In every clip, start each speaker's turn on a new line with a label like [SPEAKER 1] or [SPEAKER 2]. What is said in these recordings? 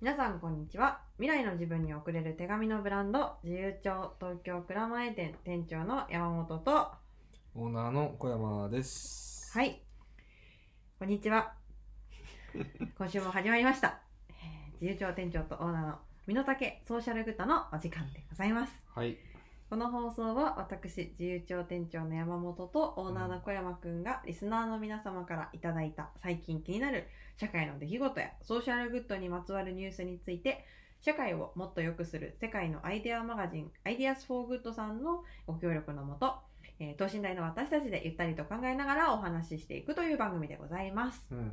[SPEAKER 1] 皆さんこんにちは未来の自分に送れる手紙のブランド自由帳東京蔵前店店長の山本とは
[SPEAKER 2] オーナーの小山です。い。
[SPEAKER 1] いこんにちは今週も始まりましたえー自由帳店長とオーナーの身の丈ソーシャルグッドのお時間でございます
[SPEAKER 2] はい。
[SPEAKER 1] この放送は私自由帳店長の山本とオーナーの小山くんがリスナーの皆様からいただいた最近気になる社会の出来事やソーシャルグッドにまつわるニュースについて社会をもっと良くする世界のアイデアマガジンアイデアスフォーグッドさんのご協力のもと、えー等身大の私たちでゆったりと考えながらお話ししていくという番組でございます。
[SPEAKER 2] うん。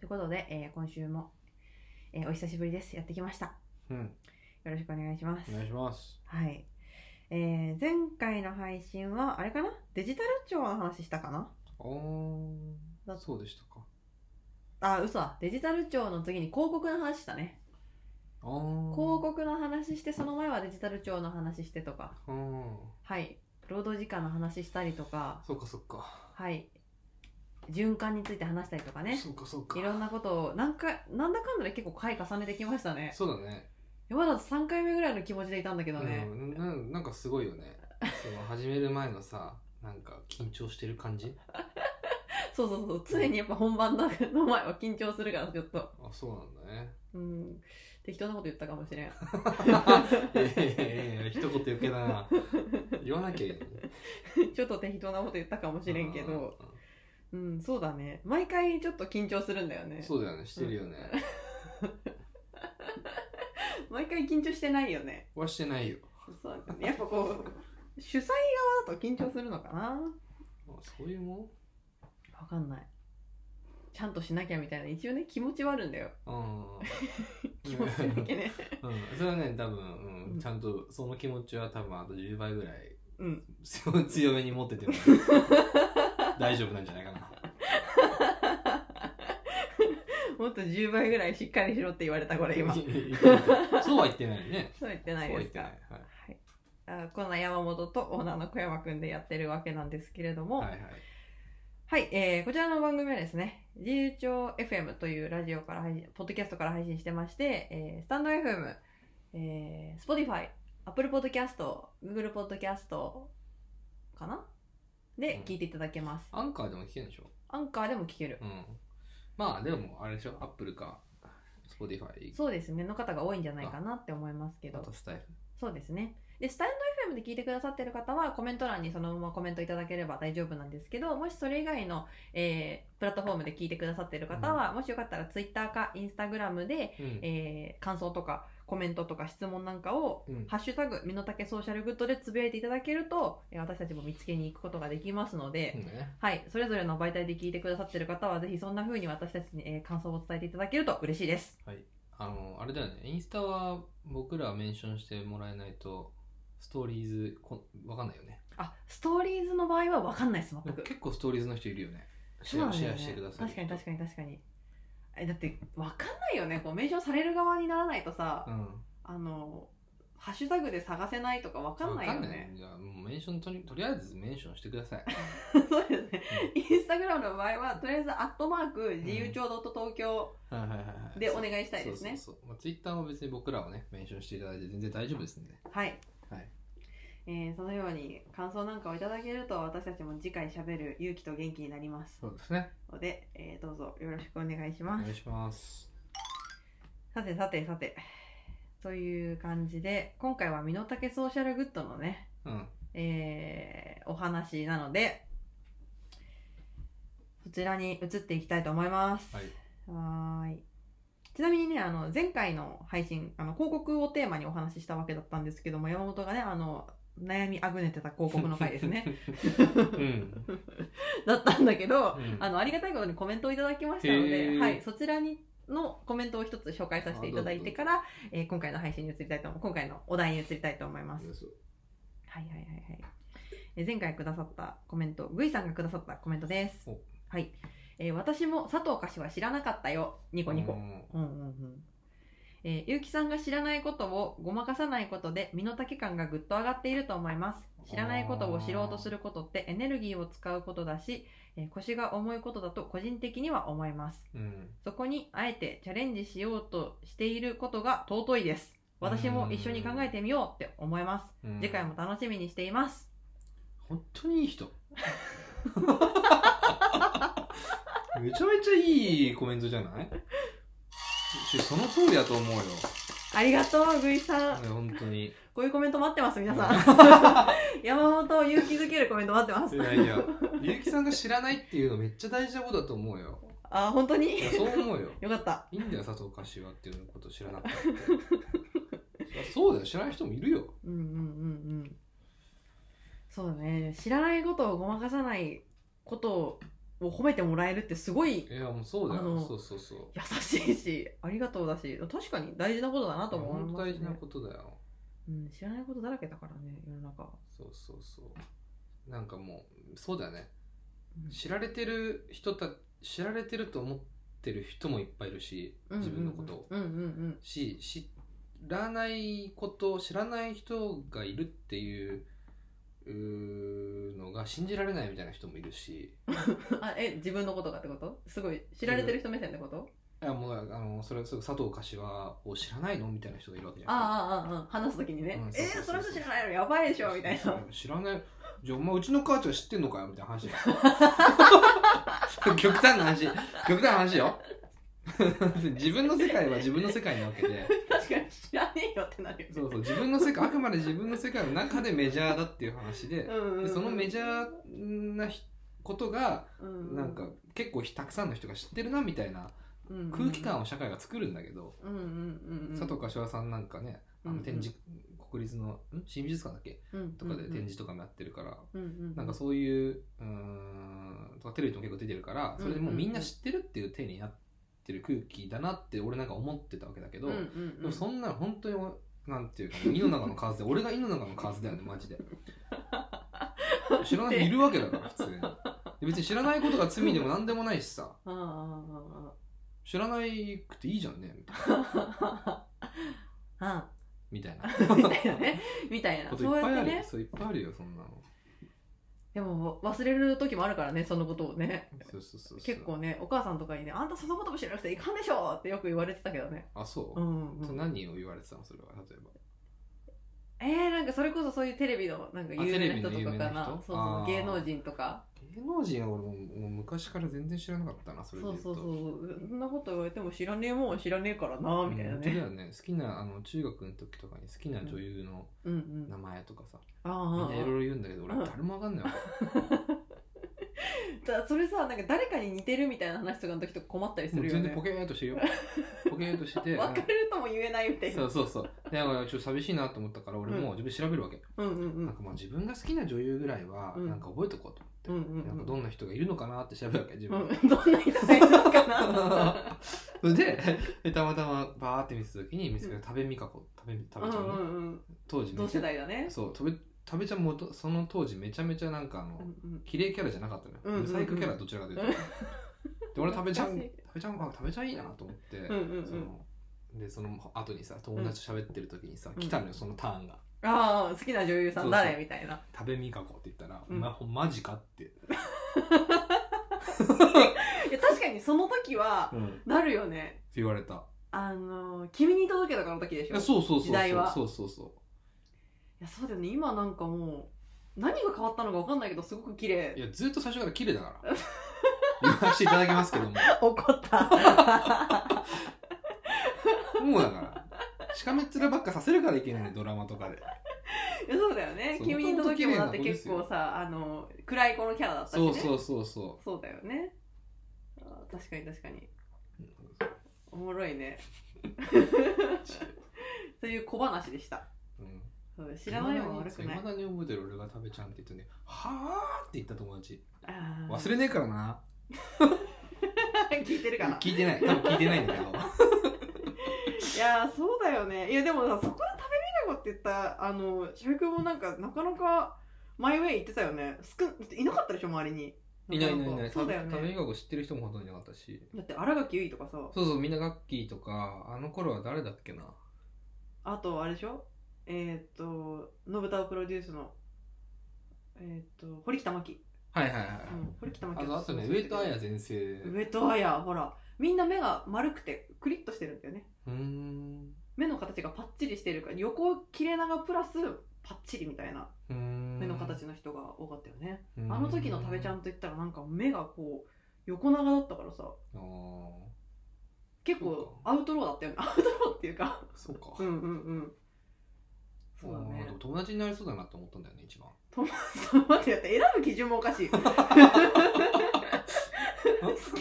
[SPEAKER 1] ということで、えー今週も、えーお久しぶりです。やってきました。
[SPEAKER 2] うん。
[SPEAKER 1] よろしくお願いします。
[SPEAKER 2] お願いします。
[SPEAKER 1] はい。えー前回の配信は、あれかなデジタル庁の話したかな
[SPEAKER 2] お
[SPEAKER 1] だ
[SPEAKER 2] ー。そうでしたか。
[SPEAKER 1] あ、嘘だ。デジタル庁の次に広告の話したね。
[SPEAKER 2] おー。
[SPEAKER 1] 広。告の話して、その前はデジタル庁の話してとか、
[SPEAKER 2] うん。
[SPEAKER 1] はい。労働時間の話したりとか、
[SPEAKER 2] そうかそうか。
[SPEAKER 1] はい。循環について話したりとかね。
[SPEAKER 2] そうかそうか。
[SPEAKER 1] いろんなことを、なんか、なんだかんだで結構回重ねてきましたね。
[SPEAKER 2] そうだね。
[SPEAKER 1] まだ3回目ぐらいの気持ちでいたんだけどね。
[SPEAKER 2] うんなななんかすごいよね。その始める前のさ、なんか緊張してる感じ。
[SPEAKER 1] そうそうそう。常にやっぱ本番のの前は緊張するから、ちょっと。
[SPEAKER 2] あ、そう なんだね。
[SPEAKER 1] うん、適当なこと言ったかもしれん。
[SPEAKER 2] いやいやいやいや一言余計だな。言わなきゃいいのに。
[SPEAKER 1] ちょっと適当なこと言ったかもしれんけど、
[SPEAKER 2] うん。
[SPEAKER 1] うん、そうだね。毎回ちょっと緊張するんだよね。
[SPEAKER 2] そうだよね。してるよね。
[SPEAKER 1] 毎回緊張してないよね。
[SPEAKER 2] はしてないよ。
[SPEAKER 1] そうだねやっぱこう、主催側だと緊張するのかな
[SPEAKER 2] あそういうもん
[SPEAKER 1] わかんない。ちゃんとしなきゃみたいな、一応ね、気持ちはあるんだよ。
[SPEAKER 2] うん。
[SPEAKER 1] 気持ちだけね。
[SPEAKER 2] うん、それはね多分、うん
[SPEAKER 1] うん
[SPEAKER 2] ちゃんとその気持ちは多分あと10倍ぐらい
[SPEAKER 1] うん。
[SPEAKER 2] 強強めに持ってても 大丈夫なんじゃないかな
[SPEAKER 1] もっと10倍ぐらいしっかりしろって言われた、こ れ今。
[SPEAKER 2] そ
[SPEAKER 1] そう
[SPEAKER 2] うは言ってないね
[SPEAKER 1] う言ってない
[SPEAKER 2] そうは
[SPEAKER 1] で
[SPEAKER 2] 言っ
[SPEAKER 1] す
[SPEAKER 2] て
[SPEAKER 1] か。
[SPEAKER 2] ない
[SPEAKER 1] はい、あこんな山本とオーナーの小山くんでやってるわけなんですけれども、
[SPEAKER 2] はい、はいはい
[SPEAKER 1] はい、えーこちらの番組はですね、自由帳 FM というラジオから配信、ポッドキャストから配信してまして、えースタンド FM、えー、Spotify、Apple Podcast、Google Podcast かなで
[SPEAKER 2] うん
[SPEAKER 1] 聞いていただけます。
[SPEAKER 2] アンカーでも聞けるんでしょ
[SPEAKER 1] アンカーでも聞ける。
[SPEAKER 2] うんまあでもあれでしょアップルか Spotify
[SPEAKER 1] そうですね、の方が多いんじゃないかなって思いますけ
[SPEAKER 2] あ
[SPEAKER 1] ど
[SPEAKER 2] と、スタイ
[SPEAKER 1] そうですね。で、スタンド FM で聞いてくださってる方は、コメント欄にそのままコメントいただければ大丈夫なんですけど、もしそれ以外の、えープラットフォームで聞いてくださってる方は、もしよかったら Twitter か Instagram で、
[SPEAKER 2] ルうん
[SPEAKER 1] えー感想とかコメントとか質問なんかを
[SPEAKER 2] うん
[SPEAKER 1] 「ハッシュタグ身の丈ソーシャルグッド」でつぶやいていただけると、えー私たちも見つけに行くことができますので、
[SPEAKER 2] うんね
[SPEAKER 1] はい、それぞれの媒体で聞いてくださってる方はぜひそんな風に私たちに、えー感想を伝えていただけると嬉しいです
[SPEAKER 2] あのあれだよねインスタは僕らメンションしてもらえないとストーリーズこわかんないよね
[SPEAKER 1] あストーリーズの場合は分かんないです
[SPEAKER 2] で
[SPEAKER 1] 全
[SPEAKER 2] も
[SPEAKER 1] く
[SPEAKER 2] 結構ストーリーズの人いるよねシ
[SPEAKER 1] そうなん
[SPEAKER 2] ェア
[SPEAKER 1] だ
[SPEAKER 2] シ
[SPEAKER 1] よ
[SPEAKER 2] ェ
[SPEAKER 1] ね
[SPEAKER 2] アしてください
[SPEAKER 1] 確かに確かに確かにえだって分かんないよねこうメンションされる側にならないとさ、
[SPEAKER 2] うん、
[SPEAKER 1] あのハッシュタグで探せないとか分かんないよ
[SPEAKER 2] わ
[SPEAKER 1] ね
[SPEAKER 2] じゃあもうメンションとにとりあえずメンションしてくだ さい
[SPEAKER 1] そうですね。インスタグラムの場合は、とりあえず、アットマーク、自由帳.東京
[SPEAKER 2] はいはいはいはい
[SPEAKER 1] でお願いしたいですね。
[SPEAKER 2] そうそうそう、まあ、ツイッターも別に僕らをねメンションしていただいて全然大丈夫ですんで
[SPEAKER 1] はい。
[SPEAKER 2] はい
[SPEAKER 1] えーそのように感想なんかをいただけると私たちも次回しゃべる勇気と元気になります
[SPEAKER 2] そうですね
[SPEAKER 1] ので、えーどうぞよろしくお願いし
[SPEAKER 2] お
[SPEAKER 1] ます
[SPEAKER 2] 願いします
[SPEAKER 1] さてさてさてという感じで今回は身の丈ソーシャルグッドのね、
[SPEAKER 2] うん
[SPEAKER 1] えーお話なのでそちらに移っていきたいと思います、
[SPEAKER 2] はい
[SPEAKER 1] はーい。ちなみにね、あの、前回の配信、あの、広告をテーマにお話ししたわけだったんですけども、山本がね、あの、悩みあぐねてた広告の回ですね。
[SPEAKER 2] うん、
[SPEAKER 1] だったんだけど、
[SPEAKER 2] うん
[SPEAKER 1] あの、ありがたいことにコメントをいただきましたの
[SPEAKER 2] へ
[SPEAKER 1] で、
[SPEAKER 2] ー
[SPEAKER 1] はい、そちらに、のコメントを一つ紹介させていただいてから、えー今回の配信に移りたいと思う、今回のお題に移りたいと思います。はいはいはいはい。えー前回くださったコメント、ぐいさんがくださったコメントです
[SPEAKER 2] お。
[SPEAKER 1] はい。えー私も佐藤かしは知らなかったよ。ニコニコ
[SPEAKER 2] う。ん
[SPEAKER 1] うんうんうんえー、ゆうきさんが知らないことをごまかさないことで身の丈感がぐっと上がっていると思います知らないことを知ろうとすることってエネルギーを使うことだし、えー腰が重いことだと個人的には思います
[SPEAKER 2] うん。
[SPEAKER 1] そこにあえてチャレンジしようとしていることが尊いです私も一緒に考えてみようって思います
[SPEAKER 2] うん
[SPEAKER 1] 次回も。楽しみにしています
[SPEAKER 2] 本当にいい人。 めちゃめちゃいいコメントじゃないしその通りだと思うよ。ね
[SPEAKER 1] ありがとうぐいさん
[SPEAKER 2] 本当に。
[SPEAKER 1] こういうコメント待ってます皆さん 山本を勇気づけるコメント待ってます
[SPEAKER 2] いやいや、ゆうきさんが知らないっていうのめっちゃ大事なことだと思うよ。
[SPEAKER 1] あ本当
[SPEAKER 2] い
[SPEAKER 1] に
[SPEAKER 2] や、そう思うよ。
[SPEAKER 1] よかった
[SPEAKER 2] いいんだよ、佐藤柏っていうこと知らなくたって。そりゃそうだよ、知らない人もいるよ。
[SPEAKER 1] うんうんうんうんそうだね知らないことをごまかさないことを褒めてもらえるってすごい
[SPEAKER 2] いや、もうそうだ
[SPEAKER 1] あ
[SPEAKER 2] よ。
[SPEAKER 1] の
[SPEAKER 2] そうそうそう。
[SPEAKER 1] 優しいしありがとうだし確かに大事なことだなとも思い
[SPEAKER 2] 本当
[SPEAKER 1] ます
[SPEAKER 2] 大事な
[SPEAKER 1] ね、
[SPEAKER 2] ことだよ。
[SPEAKER 1] うん、知らないことだらけだからね世の中は、
[SPEAKER 2] そうそうそう。なんかもう、そうだよね。
[SPEAKER 1] うん
[SPEAKER 2] 知られてる人た、知られてると思ってる人もいっぱいいるし、自分のことを。
[SPEAKER 1] うんうんうん
[SPEAKER 2] し、知らないこと、知らない人がいるっていう、うーのが信じられないみたいな人もいるし、
[SPEAKER 1] うんあえ自分のことがってことすごい知られてる人目線ってこと、
[SPEAKER 2] いやもうあのそれそれ佐藤柏を知らないのみたいな人がいるわけじゃ
[SPEAKER 1] あ
[SPEAKER 2] ん。
[SPEAKER 1] あああああ話すときにね、
[SPEAKER 2] うん
[SPEAKER 1] え
[SPEAKER 2] そう
[SPEAKER 1] ー、そう
[SPEAKER 2] そそ
[SPEAKER 1] の
[SPEAKER 2] う
[SPEAKER 1] 人知らないのやばいでしょみたいな
[SPEAKER 2] 知らない。じゃあ、お前、うちの母ちゃん知ってんのかよみたいな話 だよ極端な話。極端な話よ。 自分の世界は自分の世界なわけで、
[SPEAKER 1] 確かに知らねえよってなるよね
[SPEAKER 2] そうそう、自分の世界、あくまで自分の世界の中でメジャーだっていう話で、
[SPEAKER 1] うんうんうん
[SPEAKER 2] でそのメジャーなひことが、
[SPEAKER 1] うんうん
[SPEAKER 2] なんか、結構たくさんの人が知ってるなみたいな空気感を社会が作るんだけど、
[SPEAKER 1] うんうんうんうん
[SPEAKER 2] 佐藤柏さんなんかね、あ
[SPEAKER 1] うん
[SPEAKER 2] の
[SPEAKER 1] うん
[SPEAKER 2] 展示、国立の、ん新美術館だっけとかで展示とかもやってるから、なんかそういう、うーん、とかテレビとか結構出てるから、それでもうみんな知ってるっていう体になってる空気だなって俺なんか思ってたわけだけど、
[SPEAKER 1] うんうん
[SPEAKER 2] で
[SPEAKER 1] うん
[SPEAKER 2] もそんなの本当に、なんていうか、井の中の 数で、俺が井の中の数だよね、マジで。知らない人いるわけだ から、普通に。で別に知らないことが罪でも何でもないしさ、
[SPEAKER 1] あああ
[SPEAKER 2] 知らないくていいじゃんね、みたいな
[SPEAKER 1] あああ あ
[SPEAKER 2] みたいな。
[SPEAKER 1] あみたいなねみたいな
[SPEAKER 2] こといっぱいあるよ、
[SPEAKER 1] ね
[SPEAKER 2] そういっぱいあるよ、そんなの。
[SPEAKER 1] でも忘れる時もあるからねそのことをね
[SPEAKER 2] そうそうそうそう
[SPEAKER 1] 結構ねお母さんとかにね「あんたそのことも知らなくていかんでしょ!」ってよく言われてたけどね
[SPEAKER 2] あそうう、
[SPEAKER 1] ん、う
[SPEAKER 2] それ
[SPEAKER 1] ん、
[SPEAKER 2] 何を言われてたのそれは例えば
[SPEAKER 1] えー、なんかそれこそそういうテレビのなんか
[SPEAKER 2] あ
[SPEAKER 1] 有名な人
[SPEAKER 2] テレビの有
[SPEAKER 1] と
[SPEAKER 2] 名
[SPEAKER 1] か
[SPEAKER 2] な
[SPEAKER 1] かな
[SPEAKER 2] 人
[SPEAKER 1] そう
[SPEAKER 2] あ
[SPEAKER 1] そう
[SPEAKER 2] ー
[SPEAKER 1] 芸能人とか
[SPEAKER 2] 芸能人は俺ももう昔から全然知らなかったなそ
[SPEAKER 1] そ
[SPEAKER 2] れで言
[SPEAKER 1] う
[SPEAKER 2] うと
[SPEAKER 1] そうそうそんなこと言われても知らねえもんは知らねえからな
[SPEAKER 2] うん
[SPEAKER 1] みたいな
[SPEAKER 2] 本当だ
[SPEAKER 1] ね
[SPEAKER 2] よね好きなあの中学の時とかに好きな女優の
[SPEAKER 1] うんう
[SPEAKER 2] 名
[SPEAKER 1] ん
[SPEAKER 2] 前とかさ、
[SPEAKER 1] あ
[SPEAKER 2] み
[SPEAKER 1] あ
[SPEAKER 2] んないろいろ言うんだけど俺誰もわかんないわ、
[SPEAKER 1] だそれさなんか誰かに似てるみたいな話とかの時とか困ったり す
[SPEAKER 2] も
[SPEAKER 1] る
[SPEAKER 2] う
[SPEAKER 1] よ
[SPEAKER 2] 全
[SPEAKER 1] ね
[SPEAKER 2] 然ポケーっとしてる よポケーっとしてて
[SPEAKER 1] 別れるとも言えないみたい
[SPEAKER 2] そ
[SPEAKER 1] な
[SPEAKER 2] うそうそうでなんかちょっと寂しいなと思ったから俺も自分で調べるわけ、
[SPEAKER 1] うんうんう
[SPEAKER 2] なん
[SPEAKER 1] ん
[SPEAKER 2] かまあ自分が好きな女優ぐらいは
[SPEAKER 1] うん
[SPEAKER 2] なんか覚えとこうと
[SPEAKER 1] う
[SPEAKER 2] 思
[SPEAKER 1] ん
[SPEAKER 2] って、
[SPEAKER 1] うんうん
[SPEAKER 2] なんかどんな人がいるのかなって調べるわけ自
[SPEAKER 1] う
[SPEAKER 2] 分で、
[SPEAKER 1] んどんな人がいるのかな
[SPEAKER 2] それ でえたまたまバーって見てた時に見つけた多部未華子多部多
[SPEAKER 1] う
[SPEAKER 2] 部
[SPEAKER 1] ん
[SPEAKER 2] ちゃんね、
[SPEAKER 1] うんうん
[SPEAKER 2] 当時めちゃ
[SPEAKER 1] 同世代だね
[SPEAKER 2] そう多部多部ちゃんもとその当時めちゃめちゃなんかあの、
[SPEAKER 1] うんうん
[SPEAKER 2] 綺麗キャラじゃなかったのよ、
[SPEAKER 1] うんうんうん
[SPEAKER 2] サイクキャラどちらか というと、
[SPEAKER 1] うん
[SPEAKER 2] で俺多部ちゃん
[SPEAKER 1] 懐かしい
[SPEAKER 2] 多部ちゃんあ多部ちゃんいいなと思って、
[SPEAKER 1] うんうんうん
[SPEAKER 2] そのでその後にさ友達と喋ってる時にさ、
[SPEAKER 1] うん
[SPEAKER 2] 来たのよそのターンが
[SPEAKER 1] ああ好きな女優さ
[SPEAKER 2] そ
[SPEAKER 1] ん
[SPEAKER 2] うそう
[SPEAKER 1] 誰みたいな
[SPEAKER 2] 「多部未華子」って言ったら「
[SPEAKER 1] うん
[SPEAKER 2] まほマジか」って、
[SPEAKER 1] いや確かにその時は
[SPEAKER 2] って
[SPEAKER 1] なるよね
[SPEAKER 2] 言われた
[SPEAKER 1] あの「君に届け」とかの時でし
[SPEAKER 2] い
[SPEAKER 1] ょい
[SPEAKER 2] やそうそうそう
[SPEAKER 1] 時代は
[SPEAKER 2] そうそうそう
[SPEAKER 1] やそうだよね今なんかもう何が変わったのか分かんないけどすごく綺
[SPEAKER 2] い
[SPEAKER 1] 麗
[SPEAKER 2] や、ずっと最初から綺麗だから。言わせていただきますけども。
[SPEAKER 1] 怒った
[SPEAKER 2] もうだから。しかめっ面ばっかさせるからいけないね、ドラマとかで。
[SPEAKER 1] いやそうだよね
[SPEAKER 2] そう
[SPEAKER 1] 君に届けもだって
[SPEAKER 2] 元々綺麗な子です
[SPEAKER 1] 結
[SPEAKER 2] よ
[SPEAKER 1] 構さあの暗い子のキャラだったしね
[SPEAKER 2] そうそうそうそ
[SPEAKER 1] そうだよねあー確かに確かに
[SPEAKER 2] う。
[SPEAKER 1] おもろい ねそういう小話でした
[SPEAKER 2] うん
[SPEAKER 1] そう知らないも悪くない
[SPEAKER 2] まだに覚えてる俺が食べちゃんって言ってね、はーって言った友達。
[SPEAKER 1] あー
[SPEAKER 2] 忘れねえからな。
[SPEAKER 1] 聞いてるかな
[SPEAKER 2] 聞いてない。多分聞いてな いんだけど。
[SPEAKER 1] いやーそうだよねいやでもさそこで食べれな子って言ったあの社服もなんかなかなかマイウェイ行ってたよね少いなかったでしょ周りに
[SPEAKER 2] いないいないい
[SPEAKER 1] か
[SPEAKER 2] な
[SPEAKER 1] か
[SPEAKER 2] い
[SPEAKER 1] そう
[SPEAKER 2] 多
[SPEAKER 1] だよ
[SPEAKER 2] 分多分
[SPEAKER 1] ね
[SPEAKER 2] 医学を知ってる人もほとんどいなかったし
[SPEAKER 1] だって新垣結衣とかさ
[SPEAKER 2] そうそうみんなガッキーとかあの頃は誰だっけな
[SPEAKER 1] あとあれでしょえーっと信太をプロデュースのえーっと堀北真希、
[SPEAKER 2] はいはいはい、
[SPEAKER 1] うん、堀北真
[SPEAKER 2] あ
[SPEAKER 1] 希
[SPEAKER 2] とあとね上戸彩全盛
[SPEAKER 1] 上戸彩ほらみんな目が丸くてクリッとしてるんだよね
[SPEAKER 2] うーん
[SPEAKER 1] 目の形がパッチリしてるから横切れ長プラスパッチリみたいな
[SPEAKER 2] うーん
[SPEAKER 1] 目の形の人が多かったよね、
[SPEAKER 2] うーん
[SPEAKER 1] あの時の食べちゃんといったらなんか目がこう横長だったからさ
[SPEAKER 2] あー
[SPEAKER 1] 結
[SPEAKER 2] そう
[SPEAKER 1] 構アウトローだったよねアウトローっていうか
[SPEAKER 2] そうか、
[SPEAKER 1] うんうんうんそうだ
[SPEAKER 2] あー
[SPEAKER 1] ね
[SPEAKER 2] でも友達になりそうだなと思ったんだよね一番
[SPEAKER 1] そう待ってだって選ぶ基準もお かしい好き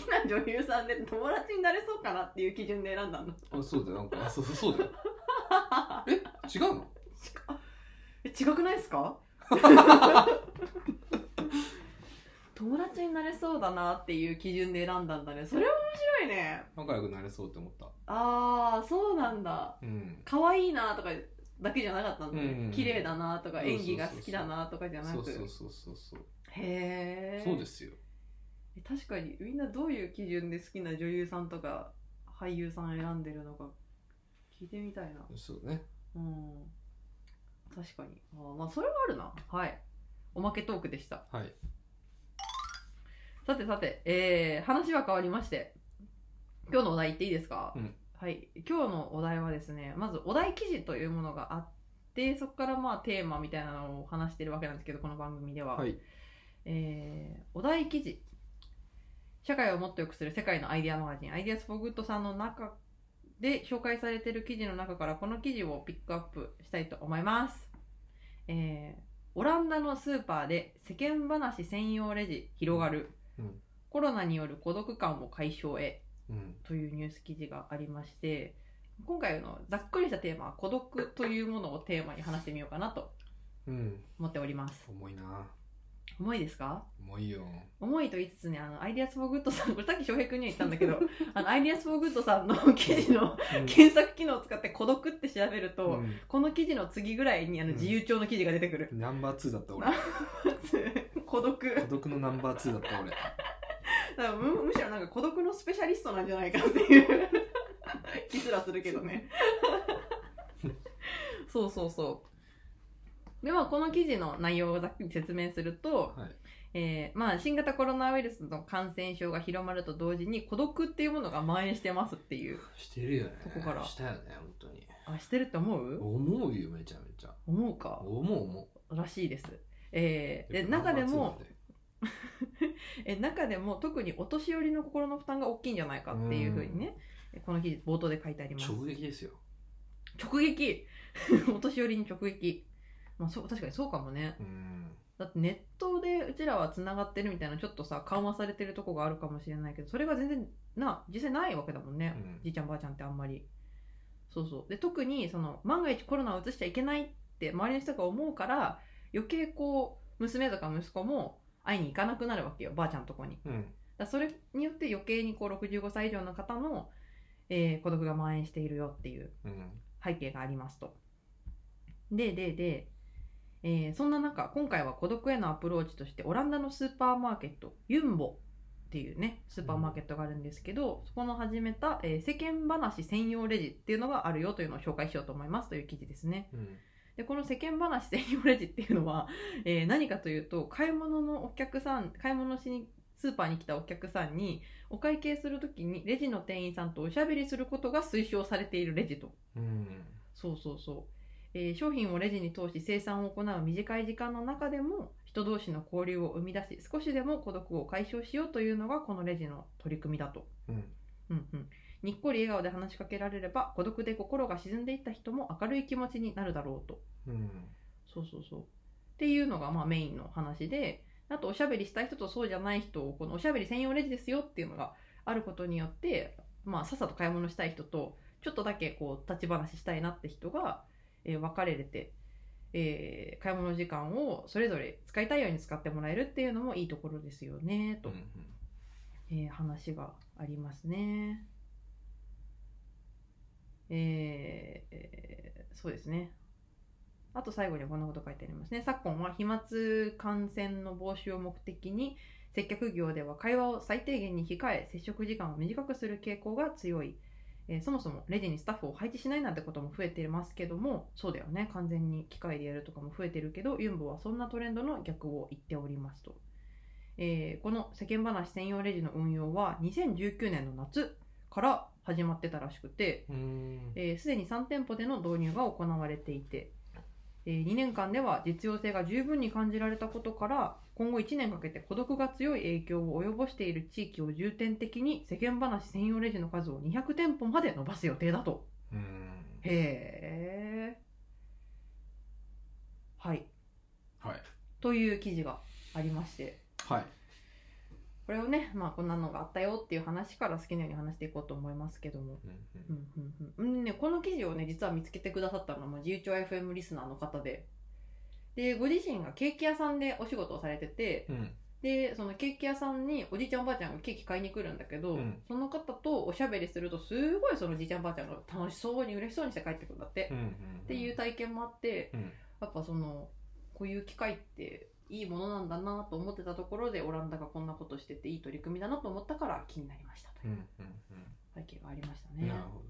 [SPEAKER 1] な女優さんで友達になれそうかなっていう基準で選んだんだ
[SPEAKER 2] あそうだよなんかあそうそうだよ え違うの
[SPEAKER 1] え違くないですか友達になれそうだなっていう基準で選んだんだねそれは面白いね
[SPEAKER 2] 仲良くなれそうって思った
[SPEAKER 1] ああそうなんだ
[SPEAKER 2] うん
[SPEAKER 1] 可愛いなとかだけじゃなかったんだね、
[SPEAKER 2] うん
[SPEAKER 1] 綺麗だなとか
[SPEAKER 2] そうそう
[SPEAKER 1] 演
[SPEAKER 2] そうそう
[SPEAKER 1] 技が好きだなとかじゃな
[SPEAKER 2] そう
[SPEAKER 1] く
[SPEAKER 2] そうそうそうそう
[SPEAKER 1] へえ
[SPEAKER 2] そうですよ
[SPEAKER 1] 確かにみんなどういう基準で好きな女優さんとか俳優さん選んでるのか聞いてみたいな
[SPEAKER 2] そうね
[SPEAKER 1] うん確かにあーまあそれはあるなはいおまけトークでした
[SPEAKER 2] はい
[SPEAKER 1] さてさて、えー話は変わりまして今日のお題言っていいですか、
[SPEAKER 2] うん
[SPEAKER 1] はい今日のお題はですねまずお題記事というものがあってそこからまあテーマみたいなのを話してるわけなんですけどこの番組では、
[SPEAKER 2] はい
[SPEAKER 1] えーお題記事社会をもっと良くする世界のアイデアマガジンアイデアス・フォーグッドさんの中で紹介されている記事の中からこの記事をピックアップしたいと思います、えーオランダのスーパーで世間話専用レジ広がる、
[SPEAKER 2] うん
[SPEAKER 1] コロナによる孤独感を解消へ
[SPEAKER 2] うん
[SPEAKER 1] というニュース記事がありまして今回のざっくりしたテーマは孤独というものをテーマに話してみようかなと
[SPEAKER 2] うん
[SPEAKER 1] 思っております
[SPEAKER 2] 重いな
[SPEAKER 1] 重いですか
[SPEAKER 2] 重いよ
[SPEAKER 1] 重いと言いつつね、あの、アイディアス・フォー・グッドさん、これさっき翔平君には言ったんだ けど、あの、アイディアス・フォー・グッドさんの記事の検索機能を使って孤独って調べると、
[SPEAKER 2] うん
[SPEAKER 1] この記事の次ぐらいにあの
[SPEAKER 2] うん
[SPEAKER 1] 自由帳の記事が出てくる。
[SPEAKER 2] ナンバー2だった俺
[SPEAKER 1] 孤独
[SPEAKER 2] 孤独のナンバー2だった俺
[SPEAKER 1] だからむ。むしろなんか孤独のスペシャリストなんじゃないかっていう 気すらするけど ね。そうそうそう。では、この記事の内容をざっくり説明すると、
[SPEAKER 2] はい
[SPEAKER 1] えーまあ、新型コロナウイルスの感染症が広まると同時に孤独っていうものが蔓延してますっていう
[SPEAKER 2] してるよね
[SPEAKER 1] そこから
[SPEAKER 2] したよね本当に
[SPEAKER 1] あしてるって思う
[SPEAKER 2] 思うよめちゃめちゃ
[SPEAKER 1] 思うか
[SPEAKER 2] 思う思
[SPEAKER 1] らしいです、え
[SPEAKER 2] う
[SPEAKER 1] ーで
[SPEAKER 2] ナンバ
[SPEAKER 1] 中
[SPEAKER 2] ー
[SPEAKER 1] で
[SPEAKER 2] ツーなん
[SPEAKER 1] もえ中でも特にお年寄りの心の負担が大きいんじゃないかっていうふうにねこの記事冒頭で書いてあります
[SPEAKER 2] 直撃ですよ
[SPEAKER 1] 直撃 お年寄りに直撃まあ、そう確かにそうかもね
[SPEAKER 2] うん
[SPEAKER 1] だってネットでうちらはつながってるみたいなちょっとさ緩和されてるとこがあるかもしれないけどそれが全然な実際ないわけだもんね、
[SPEAKER 2] うん
[SPEAKER 1] じいちゃんばあちゃんってあんまりそうそうで特にその万が一コロナをうつしちゃいけないって周りの人が思うから余計こう娘とか息子も会いに行かなくなるわけよばあちゃんのとこに
[SPEAKER 2] うん
[SPEAKER 1] だからそれによって余計にこう65歳以上の方の、えー孤独が蔓延しているよっていう
[SPEAKER 2] うん
[SPEAKER 1] 背景がありますと。ででで、えーそんな中今回は孤独へのアプローチとしてオランダのスーパーマーケットユンボっていうねスーパーマーケットがあるんですけど、そこの始めた、えー世間話専用レジっていうのがあるよというのを紹介しようと思いますという記事ですね。
[SPEAKER 2] うん
[SPEAKER 1] でこの世間話専用レジっていうのは、えー何かというと買い物のお客さん買い物しにスーパーに来たお客さんにお会計するときにレジの店員さんとおしゃべりすることが推奨されているレジと
[SPEAKER 2] うん
[SPEAKER 1] そうそうそう、えー商品をレジに通し生産を行う短い時間の中でも人同士の交流を生み出し少しでも孤独を解消しようというのがこのレジの取り組みだと、
[SPEAKER 2] うん
[SPEAKER 1] うんうん、にっこり笑顔で話しかけられれば孤独で心が沈んでいった人も明るい気持ちになるだろうと
[SPEAKER 2] うん
[SPEAKER 1] そうそうそうっていうのがまあメインの話であとおしゃべりしたい人とそうじゃない人をこのおしゃべり専用レジですよっていうのがあることによって、まあ、さっさと買い物したい人とちょっとだけこう立ち話したいなって人が、えー分かれれて、えー買い物時間をそれぞれ使いたいように使ってもらえるっていうのもいいところですよね
[SPEAKER 2] う
[SPEAKER 1] と、
[SPEAKER 2] ん
[SPEAKER 1] えー話がありますね。えーえーそうですね。あと最後にはこんなこと書いてありますね。昨今は飛沫感染の防止を目的に接客業では会話を最低限に控え接触時間を短くする傾向が強い、えーそもそもレジにスタッフを配置しないなんてことも増えてますけどもそうだよね完全に機械でやるとかも増えてるけどユンボはそんなトレンドの逆を言っておりますと、えーこの世間話専用レジの運用は2019年の夏から始まってたらしくて
[SPEAKER 2] うん
[SPEAKER 1] えーすでに3店舗での導入が行われていて、え2年間では実用性が十分に感じられたことから今後1年かけて孤独が強い影響を及ぼしている地域を重点的に世間話専用レジの数を200店舗まで伸ばす予定だと
[SPEAKER 2] うん
[SPEAKER 1] へえはい
[SPEAKER 2] はい
[SPEAKER 1] という記事がありまして
[SPEAKER 2] はい
[SPEAKER 1] これをねまあこんなのがあったよっていう話から好きなように話していこうと思いますけども
[SPEAKER 2] うんうん
[SPEAKER 1] うんうんうん、うんね、この記事をね実は見つけてくださったのも自由帳 FM リスナーの方ででご自身がケーキ屋さんでお仕事をされてて
[SPEAKER 2] うん
[SPEAKER 1] でそのケーキ屋さんにおじいちゃんおばあちゃんがケーキ買いに来るんだけど、
[SPEAKER 2] うん
[SPEAKER 1] その方とおしゃべりするとすごいそのおじいちゃんおばあちゃんが楽しそうに嬉しそうにして帰ってくるんだって、
[SPEAKER 2] うん
[SPEAKER 1] っていう体験もあって
[SPEAKER 2] うん
[SPEAKER 1] やっぱそのこういう機会っていいものなんだなと思ってたところでオランダがこんなことしてていい取り組みだなと思ったから気になりましたと
[SPEAKER 2] う
[SPEAKER 1] いうん
[SPEAKER 2] うん
[SPEAKER 1] 背景がありました
[SPEAKER 2] うん
[SPEAKER 1] ね。
[SPEAKER 2] なるほど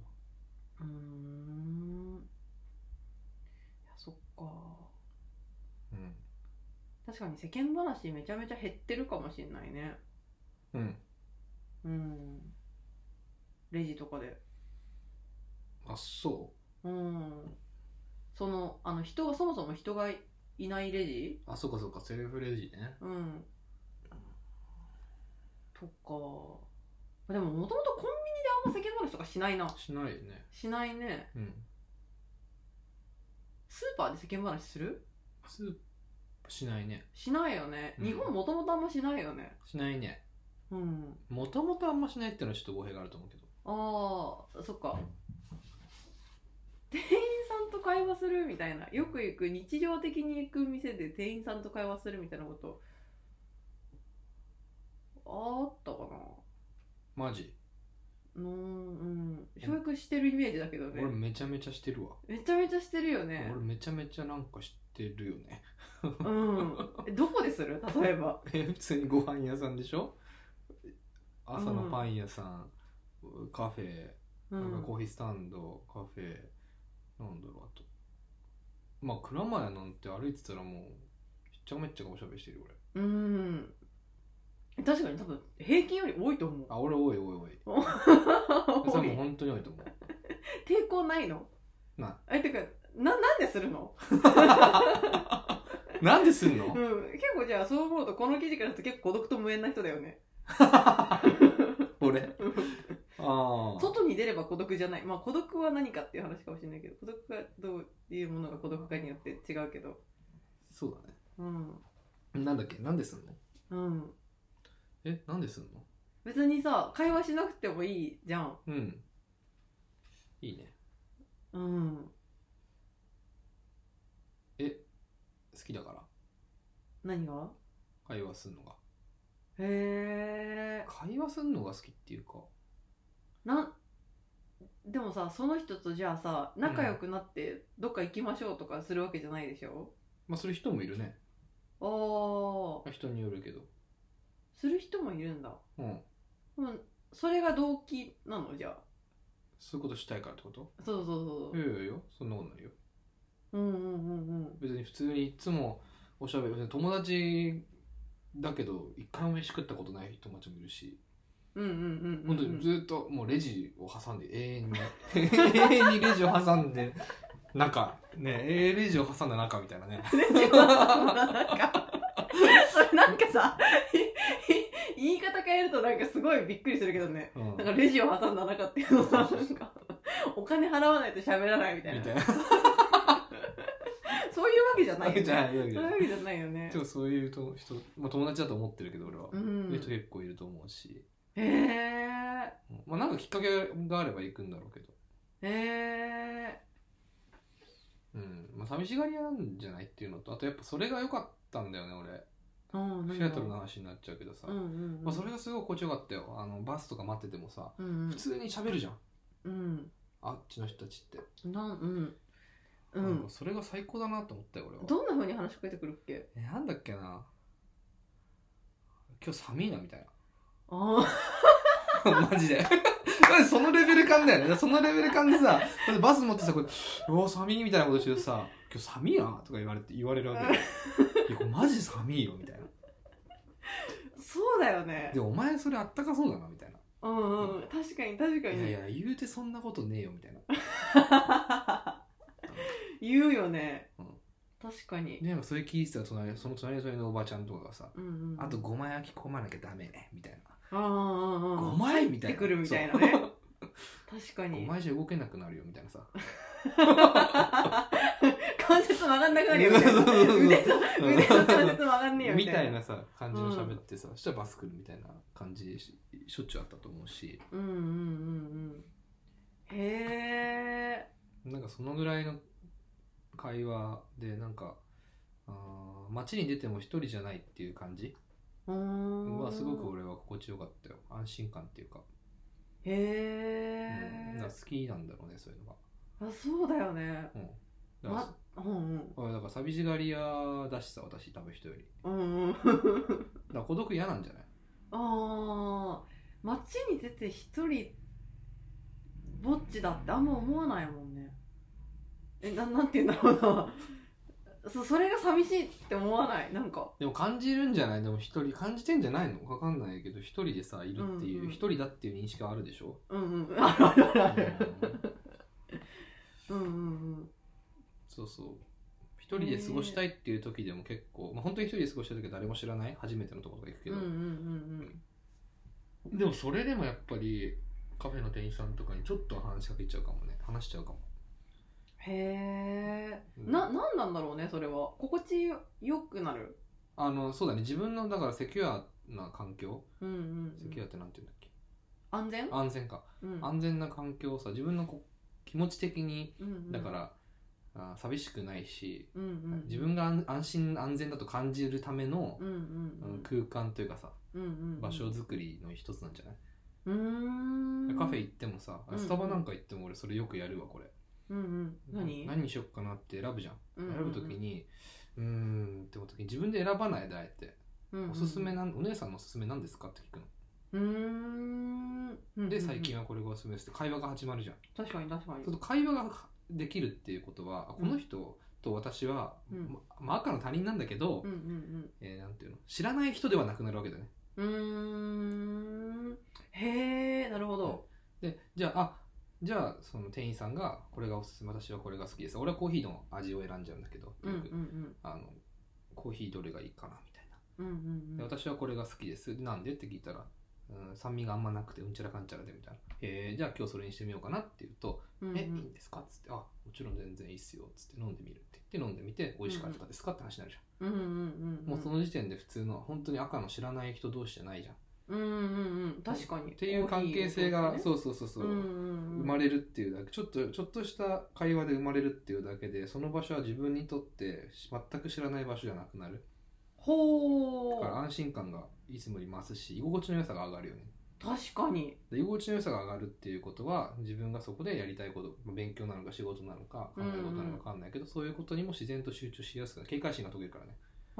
[SPEAKER 1] うーんいやそっか
[SPEAKER 2] うん
[SPEAKER 1] 確かに世間話めちゃめちゃ減ってるかもしれないね
[SPEAKER 2] うん
[SPEAKER 1] うんレジとかで
[SPEAKER 2] あそ
[SPEAKER 1] うんそのあの人がそもそも人がいないレジ
[SPEAKER 2] うあそうかそうかセルフレジね
[SPEAKER 1] うんとかでももともとコンビニであんま世間話とかしないな
[SPEAKER 2] しないよね
[SPEAKER 1] しないね
[SPEAKER 2] うん
[SPEAKER 1] スーパーで世間話する
[SPEAKER 2] スープしないね
[SPEAKER 1] しないよね
[SPEAKER 2] うん
[SPEAKER 1] 日本もともとあんましないよね
[SPEAKER 2] しないね
[SPEAKER 1] うん
[SPEAKER 2] もともとあんましないっていうのはちょっと語弊があると思うけど
[SPEAKER 1] ああそっか店員さんと会話するみたいなよく行く日常的に行く店で店員さんと会話するみたいなことあったか
[SPEAKER 2] マジ
[SPEAKER 1] なうーんうん教育してるイメージだけどね
[SPEAKER 2] 俺めちゃめちゃしてるわ
[SPEAKER 1] めちゃめちゃしてるよね
[SPEAKER 2] 俺めちゃめちゃなんか知ってるよね
[SPEAKER 1] うんえどこでする例えば
[SPEAKER 2] え普通にご飯屋さんでしょ朝のパン屋さん、カフェ
[SPEAKER 1] う
[SPEAKER 2] なんか
[SPEAKER 1] ん
[SPEAKER 2] コーヒースタンドカフェなんだろうあとまあ蔵前なんて歩いてたらもうひっちゃかめっちゃかおしゃべりしてるよ俺
[SPEAKER 1] うん確かに多分平均より多いと思う
[SPEAKER 2] あ俺多い多い多いそ
[SPEAKER 1] 多
[SPEAKER 2] れもう
[SPEAKER 1] い
[SPEAKER 2] 本当に多いと思う
[SPEAKER 1] 抵抗ないの
[SPEAKER 2] な
[SPEAKER 1] えてかななんでするの
[SPEAKER 2] いなんですんの
[SPEAKER 1] うん、結構じゃあそう思うとこの記事からすると結構孤独と無縁な人だよ ね
[SPEAKER 2] 俺ああ
[SPEAKER 1] 外に出れば孤独じゃないまあ孤独は何かっていう話かもしれないけど孤独がどういうものが孤独かによって違うけど
[SPEAKER 2] そうだね
[SPEAKER 1] うん
[SPEAKER 2] なんだっけなんですんの
[SPEAKER 1] うん
[SPEAKER 2] えなんですんの
[SPEAKER 1] 別にさ会話しなくてもいいじゃん
[SPEAKER 2] うんいいね
[SPEAKER 1] うん
[SPEAKER 2] 好きだから
[SPEAKER 1] 何が
[SPEAKER 2] 会話すんのが
[SPEAKER 1] へえ
[SPEAKER 2] 会話すんのが好きっていうか
[SPEAKER 1] なんでもさその人とじゃあさ仲良くなってどっか行きましょうとかするわけじゃないでしょ、
[SPEAKER 2] まあする人もいるね
[SPEAKER 1] あー
[SPEAKER 2] 人によるけど
[SPEAKER 1] する人もいるんだ
[SPEAKER 2] うん
[SPEAKER 1] うんそれが動機なのじゃあ
[SPEAKER 2] そういうことしたいからってこと
[SPEAKER 1] そうそうそう
[SPEAKER 2] いやいやいやそんなことないよ
[SPEAKER 1] うんうんうんうん
[SPEAKER 2] 別に普通にいつもおしゃべり別に友達だけど一回も飯食ったことない友達もいるし
[SPEAKER 1] うんうんうん
[SPEAKER 2] 本当にずっともうレジを挟んで 永遠に永遠にレジを挟んで中ね永遠レジを挟んだ中みたいなね
[SPEAKER 1] レジはなんかそれなんかさ言い方変えるとなんかすごいびっくりするけどね
[SPEAKER 2] うん
[SPEAKER 1] なんかレジを挟んだ中っていうのはなんかお金払わないと喋らないみたい
[SPEAKER 2] み
[SPEAKER 1] な
[SPEAKER 2] たいな
[SPEAKER 1] そういうわけじゃないよね
[SPEAKER 2] じゃあいやい
[SPEAKER 1] そ
[SPEAKER 2] や
[SPEAKER 1] ういうわけじゃないよね
[SPEAKER 2] でもそういうと人、まあ、友達だと思ってるけど俺は、
[SPEAKER 1] う
[SPEAKER 2] そういうん人結構いると思うし、
[SPEAKER 1] へえ
[SPEAKER 2] まあ、なんかきっかけがあれば行くんだろうけど、
[SPEAKER 1] へえ
[SPEAKER 2] うんまあ、寂しがり屋なんじゃないっていうのとあとやっぱそれが良かったんだよね
[SPEAKER 1] うん
[SPEAKER 2] 俺シアトルの話になっちゃうけどさ、
[SPEAKER 1] うんうんうん
[SPEAKER 2] まあ、それがすごい心地よかったよあのバスとか待っててもさ
[SPEAKER 1] うん
[SPEAKER 2] 普通に喋るじゃん
[SPEAKER 1] うん
[SPEAKER 2] あっちの人たちって、
[SPEAKER 1] うんなんうんう
[SPEAKER 2] なんか
[SPEAKER 1] ん
[SPEAKER 2] それが最高だなと思ったよ俺は
[SPEAKER 1] どんな風に話しかけてくるっけ
[SPEAKER 2] えなんだっけな今日寒いなみたい
[SPEAKER 1] あ
[SPEAKER 2] な マジでそのレベル感だよねそのレベル感でさだってバス乗ってさこれ「うわ寒い」みたいなことしてるとさ「今日寒いな」とか言われて言われるわけよ「いやこれマジ寒いよ」みたいな
[SPEAKER 1] ー そうだよね
[SPEAKER 2] 「でお前それあったかそうだな」みたいな
[SPEAKER 1] うんうんうん確かに確か
[SPEAKER 2] 「いやい
[SPEAKER 1] に
[SPEAKER 2] や言うてそんなことねえよ」みたいな
[SPEAKER 1] 言うよね
[SPEAKER 2] うん
[SPEAKER 1] 確かに
[SPEAKER 2] でなんかそれ聞いてたら隣その隣の隣のおばちゃんとかがさ
[SPEAKER 1] うんうんうん
[SPEAKER 2] あと5枚空き込まなきゃダメねみたいな
[SPEAKER 1] ああああああ
[SPEAKER 2] 5枚みたい
[SPEAKER 1] 入ってく
[SPEAKER 2] な
[SPEAKER 1] るみたいなね
[SPEAKER 2] そう
[SPEAKER 1] 確か
[SPEAKER 2] 5
[SPEAKER 1] に
[SPEAKER 2] 枚じゃ動けなくなるよみ たいなさ
[SPEAKER 1] 関節曲がんなくなるよみたいな
[SPEAKER 2] そうそうそうそう
[SPEAKER 1] 腕と腕の関節曲がんねえよ
[SPEAKER 2] み
[SPEAKER 1] みた
[SPEAKER 2] た
[SPEAKER 1] い
[SPEAKER 2] い
[SPEAKER 1] な
[SPEAKER 2] なさ感じの喋ってさ、そしたらバス来るみたいな感じししょっちゅうあったと思うし
[SPEAKER 1] うんうんうんうんへえ
[SPEAKER 2] なんかそのぐらいの会話でなんかあー街に出ても一人じゃないっていう感じは
[SPEAKER 1] は
[SPEAKER 2] すごく俺は心地よかったよ安心感っていうか,、
[SPEAKER 1] へ
[SPEAKER 2] う
[SPEAKER 1] え
[SPEAKER 2] ん、だから好きなんだろうねそういうのが、
[SPEAKER 1] あそうだよね
[SPEAKER 2] うん、だから
[SPEAKER 1] まうん
[SPEAKER 2] 俺だから寂しがり屋だしさ私多分人より
[SPEAKER 1] うんうんうん
[SPEAKER 2] だから孤独嫌なんじゃない
[SPEAKER 1] ああ街に出て一人ぼっちだってあんま思わないもんねえななんて言うんだろうなそそれが寂しいって思わないなんか
[SPEAKER 2] でも感じるんじゃないでも一人感じてんじゃないのわかんないけど一人でさいるっていう
[SPEAKER 1] うんうん
[SPEAKER 2] 一、人だっていう認識はあるで しょ
[SPEAKER 1] うんうんあるあるあるある
[SPEAKER 2] うん
[SPEAKER 1] うんうん
[SPEAKER 2] そうそう一人で過ごしたいっていう時でも結構、まあ本当に一人で過ごしたい時は誰も知らない初めてのところとか行く
[SPEAKER 1] うんう
[SPEAKER 2] け
[SPEAKER 1] んう
[SPEAKER 2] ど、
[SPEAKER 1] んうん
[SPEAKER 2] でもそれでもやっぱりカフェの店員さんとかにちょっとは話しかけちゃうかもね話しちゃうかも、
[SPEAKER 1] へえ
[SPEAKER 2] うん
[SPEAKER 1] ななんなんだろうねそれは心地よくなる
[SPEAKER 2] あのそうだね自分のだからセキュアな環境
[SPEAKER 1] うんうんう
[SPEAKER 2] セキュア
[SPEAKER 1] ん
[SPEAKER 2] ってなんて言うんだっけ、
[SPEAKER 1] 安全
[SPEAKER 2] 安全か
[SPEAKER 1] うん
[SPEAKER 2] 安全な環境をさ自分のこ気持ち的に
[SPEAKER 1] うんうん
[SPEAKER 2] だから、あー寂しくないし
[SPEAKER 1] うんうん
[SPEAKER 2] 自分が安安心安全だと感じるための
[SPEAKER 1] うんう
[SPEAKER 2] あの
[SPEAKER 1] ん
[SPEAKER 2] 空間というかさ
[SPEAKER 1] うんうんうん
[SPEAKER 2] 場所作りの一つなんじゃない、
[SPEAKER 1] うーん
[SPEAKER 2] カフェ行ってもさあ
[SPEAKER 1] うん
[SPEAKER 2] スタバなんか行っても俺それよくやるわこれ、
[SPEAKER 1] うんうん何
[SPEAKER 2] 何にしよっかなって選ぶじゃん、
[SPEAKER 1] うん
[SPEAKER 2] 選ぶ時にうーんって思った時に自分で選ばないであえて、
[SPEAKER 1] うんうん
[SPEAKER 2] おすすめなんお姉さんのおすすめなんですかって聞くの、
[SPEAKER 1] うーんうん
[SPEAKER 2] で最近
[SPEAKER 1] は
[SPEAKER 2] はこれがおすすめですって会話が始まるじゃん、
[SPEAKER 1] 確かに確かに
[SPEAKER 2] そうすると会話ができるっていうことは、あこの人と私は、
[SPEAKER 1] うん
[SPEAKER 2] ままあ赤の他人なんだけど、
[SPEAKER 1] うんうん
[SPEAKER 2] えーなんていうの知らない人ではなくなるわけだよね
[SPEAKER 1] うんうーんへえなるほど
[SPEAKER 2] でじゃああじゃあその店員さんがこれがおすすめ私はこれが好きです俺はコーヒーの味を選んじゃうんだけどよく、
[SPEAKER 1] うんうん
[SPEAKER 2] あのコーヒーどれがいいかなみたいな
[SPEAKER 1] うんうんうん
[SPEAKER 2] で私はこれが好きですでなんでって聞いたら、うん、酸味があんまなくてうんちゃらかんちゃらでみたいなへえじゃあ今日それにしてみようかなって言うと
[SPEAKER 1] うんう
[SPEAKER 2] 「えいい
[SPEAKER 1] ん
[SPEAKER 2] んですか?」っつって「あもちろん全然いいっすよ」っつって飲んでみるって言って飲んでみて美味しかったですかって話になるじゃん、
[SPEAKER 1] うんうんうんうん
[SPEAKER 2] もうその時点で普通の本当に赤の知らない人同士じゃないじゃん
[SPEAKER 1] うんうんうん確かに
[SPEAKER 2] っていう関係性が
[SPEAKER 1] う
[SPEAKER 2] そうそうそうそう、生
[SPEAKER 1] 生
[SPEAKER 2] まれるっていうだけちょっとちょっとした会話で生まれるっていうだけでその場所は自分にとって全く知らない場所じゃなくなるだ
[SPEAKER 1] ほ
[SPEAKER 2] から
[SPEAKER 1] う
[SPEAKER 2] 安心感がいつもより増すし居心地の良さが上がるよね
[SPEAKER 1] 確かに
[SPEAKER 2] で居心地の良さが上がるっていうことは自分がそこでやりたいことまあ勉強なのか仕事なのか考え事なのか分かんないけど、そういうことにも自然と集中しやすくなる警戒心が解けるからね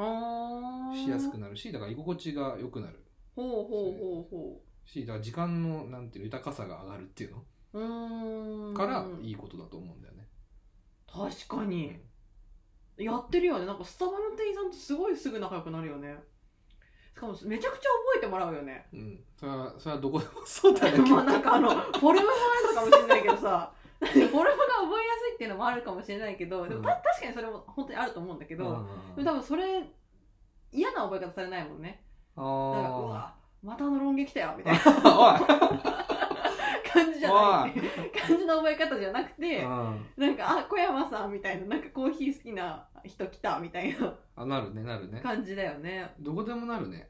[SPEAKER 1] あー
[SPEAKER 2] しやすくなるしだから居心地が良くなる
[SPEAKER 1] ほうほうほうほ
[SPEAKER 2] しだから時間のなんていうの豊かさが上がるっていう
[SPEAKER 1] ううーん
[SPEAKER 2] のからいいことだと思うんだよね、
[SPEAKER 1] 確かに、
[SPEAKER 2] うん
[SPEAKER 1] やってるよねなんかスタバの店員さんとすごいすぐ仲良くなるよねしかもめちゃくちゃ覚えてもらうよ ね
[SPEAKER 2] うん、それはそれはどこでもそうだね
[SPEAKER 1] まあなんかあのフォルムもあるのかもしれないけどさフォルムが覚えやすいっていうのもあるかもしれないけどでもた
[SPEAKER 2] うん
[SPEAKER 1] 確かにそれも本当にあると思うんだけ
[SPEAKER 2] け
[SPEAKER 1] ど、でも多分それ嫌な覚え方されないもんねなんかう
[SPEAKER 2] あ
[SPEAKER 1] わまたあの論議来たよみたいな
[SPEAKER 2] あー
[SPEAKER 1] 感じじゃない
[SPEAKER 2] お
[SPEAKER 1] 感じの覚え方じゃなく
[SPEAKER 2] おい、
[SPEAKER 1] て
[SPEAKER 2] うん、
[SPEAKER 1] なんかあ小山さんみたいななんかコーヒー好きな人来たみたいな
[SPEAKER 2] あなるねなるね
[SPEAKER 1] 感じだよね
[SPEAKER 2] どこでもなるね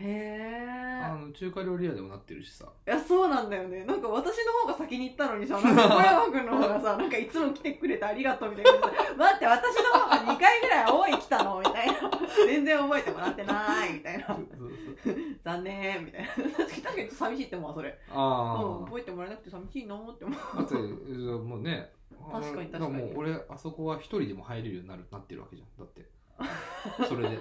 [SPEAKER 1] へえ
[SPEAKER 2] あの中華料理屋でもなってるしさ
[SPEAKER 1] いや、そうなんだよね。なんか私の方が先に行ったのにさ、なんか小山くんの方がさ、なんかいつも来てくれてありがとうみたいな感じで。待って、私の方が2回ぐらい多い来たのみたいな。全然覚えてもらってないみたいな。残念みたいな。確かに確かに寂しいって思うわ、それ。うん、
[SPEAKER 2] あ
[SPEAKER 1] 覚えてもらえなくて寂しいなって思う。
[SPEAKER 2] あだってもうね
[SPEAKER 1] 確かに確かに
[SPEAKER 2] だらもう俺あそこは一人でも入れるようになるなってるわけじゃんだってそれで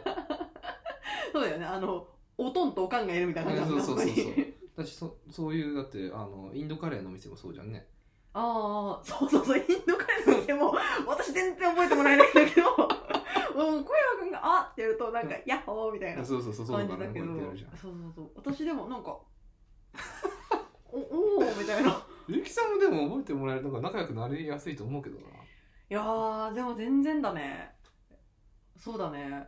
[SPEAKER 1] そうだよね。あの、おとんとおかんがいるみたいな感じなんだ
[SPEAKER 2] そうそうそうそう
[SPEAKER 1] やっぱり
[SPEAKER 2] 私そそういうだってあのインドカレーのお店もそうじゃんね
[SPEAKER 1] ああそうそうそうインドカレーの店も私全然覚えてもらえないんだけどうん小山君が「あっ!」って言うとなんか「ヤッホー!」みたいな
[SPEAKER 2] そうそうそうそう
[SPEAKER 1] 感
[SPEAKER 2] か
[SPEAKER 1] じ
[SPEAKER 2] ら
[SPEAKER 1] だ
[SPEAKER 2] ね
[SPEAKER 1] け
[SPEAKER 2] こう
[SPEAKER 1] ど
[SPEAKER 2] やってやるじゃん
[SPEAKER 1] そうそうそう私でもなんか「おおーみたいな
[SPEAKER 2] ゆきさんもでも覚えてもらえるのが仲良くなりやすいと思うけどない
[SPEAKER 1] やーでも全然だねそうだね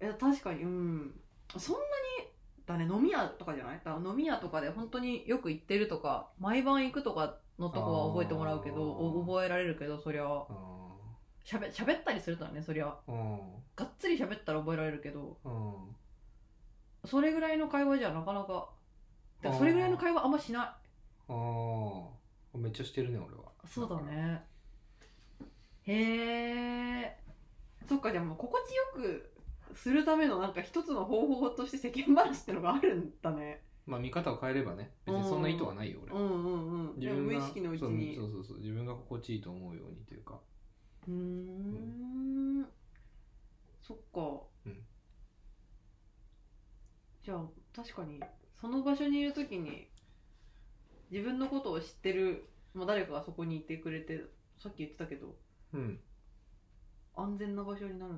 [SPEAKER 1] いや確かにうんそんなにだね飲み屋とかじゃないだから飲み屋とかで本当によく行ってるとか毎晩行くとかのとこは覚えてもらうけど
[SPEAKER 2] あー
[SPEAKER 1] お覚えられるけどそりゃ
[SPEAKER 2] あ
[SPEAKER 1] しゃべ喋ったりするとはねそりゃ
[SPEAKER 2] ーうん
[SPEAKER 1] がっつり喋ったら覚えられるけど
[SPEAKER 2] うん
[SPEAKER 1] それぐらいの会話じゃなかなかだから
[SPEAKER 2] あー
[SPEAKER 1] それぐらいの会話あんましな
[SPEAKER 2] ああめっちゃしてるね俺はい
[SPEAKER 1] そうだねへえそっかじゃあもう心地よくするためのなんか一つの方法として世間話ってのがあるんだね
[SPEAKER 2] まあ見方を変えればね別にそんな意図はないよ俺
[SPEAKER 1] うんうんうんでも無意識のうちに
[SPEAKER 2] そううそうそうそう自分が心地いいと思うようにというか
[SPEAKER 1] ーんそっか、
[SPEAKER 2] うん
[SPEAKER 1] じゃあ確かにその場所にいる時に自分のことを知ってる、まあ、誰かがそこにいてくれてさっき言ってたけど
[SPEAKER 2] うん
[SPEAKER 1] 安全な場所になる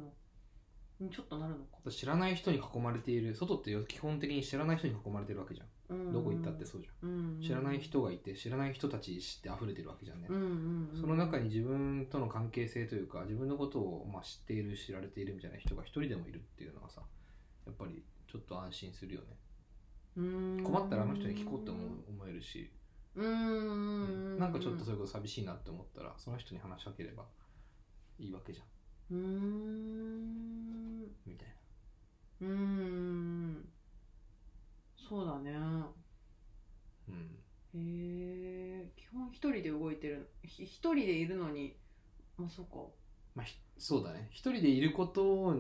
[SPEAKER 1] のんちょっとなるのか
[SPEAKER 2] 知らない人に囲まれている外って基本的に知らない人に囲まれてるわけじゃんどこ行ったってそうじゃん
[SPEAKER 1] うん
[SPEAKER 2] 知らない人がいて知らない人たち知って溢れてるわけじゃんね
[SPEAKER 1] うんうんうん
[SPEAKER 2] その中に自分との関係性というか自分のことをまあ知っている知られているみたいな人が一人でもいるっていうのはさやっぱりちょっと安心するよね
[SPEAKER 1] うん
[SPEAKER 2] 困ったらあの人に聞こうって思う思えるし、
[SPEAKER 1] うんうんうん
[SPEAKER 2] なんかちょっとそう
[SPEAKER 1] れ
[SPEAKER 2] いうこと寂しいなって思ったらその人に話しかければいいわけじゃん
[SPEAKER 1] うん
[SPEAKER 2] みたいな
[SPEAKER 1] うんそうだね
[SPEAKER 2] う
[SPEAKER 1] へ
[SPEAKER 2] ん
[SPEAKER 1] え基本一人で動いてるひ一人でいるのにまあそうか
[SPEAKER 2] まあひそうだね一人でいること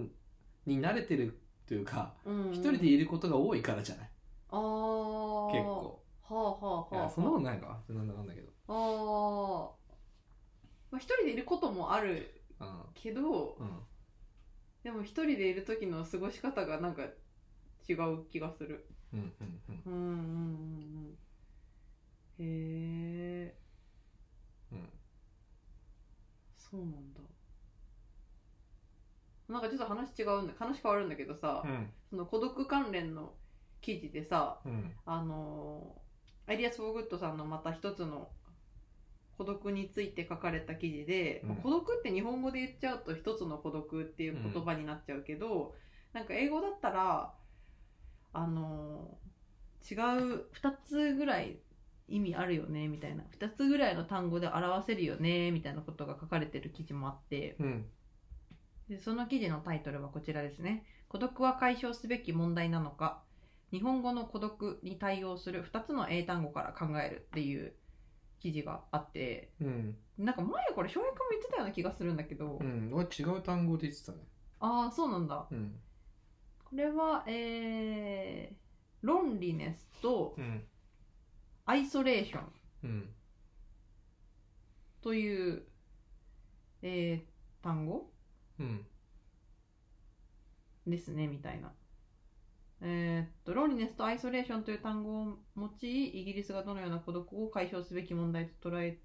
[SPEAKER 2] に慣れてるというか
[SPEAKER 1] うんうん
[SPEAKER 2] 一人でいることが多いからじゃない
[SPEAKER 1] ああ
[SPEAKER 2] 結構
[SPEAKER 1] はあはいあは
[SPEAKER 2] や
[SPEAKER 1] あ
[SPEAKER 2] そんなことないかなんだかんだけど
[SPEAKER 1] あーまあ一人でいることもある
[SPEAKER 2] うん
[SPEAKER 1] けど
[SPEAKER 2] うん
[SPEAKER 1] でも一人でいる時の過ごし方がなんか違う気がする
[SPEAKER 2] うんうんうん
[SPEAKER 1] うんうんうんうんへえ
[SPEAKER 2] うん
[SPEAKER 1] そうなんだなんかちょっと話違うんだ話変わるんだけどさ、
[SPEAKER 2] うん
[SPEAKER 1] その孤独関連の記事でさ
[SPEAKER 2] うん
[SPEAKER 1] あのーアイリアス・フォーグッドさんのまた一つの孤独について書かれた記事で、
[SPEAKER 2] うん
[SPEAKER 1] まあ孤独って日本語で言っちゃうと一つの孤独っていう言葉になっちゃうけど、なんか英語だったらあのー違う2つぐらい意味あるよねみたいな2つぐらいの単語で表せるよねみたいなことが書かれてる記事もあって、
[SPEAKER 2] うん
[SPEAKER 1] でその記事のタイトルはこちらですね。孤独は解消すべき問題なのか日本語の孤独に対応する2つの英単語から考えるっていう記事があって
[SPEAKER 2] うん
[SPEAKER 1] なんか前これ翔平君も言ってたような気がするんだけど、
[SPEAKER 2] うん俺違う単語で言ってたね
[SPEAKER 1] ああそうなんだ
[SPEAKER 2] うん
[SPEAKER 1] これはえー、ロンリネスと
[SPEAKER 2] うん
[SPEAKER 1] アイソレーション
[SPEAKER 2] うん
[SPEAKER 1] という、えー単語
[SPEAKER 2] うん
[SPEAKER 1] ですねみたいな。えーっとローリネスとアイソレーションという単語を用いイギリスがどのような孤独を解消すべき問題と捉え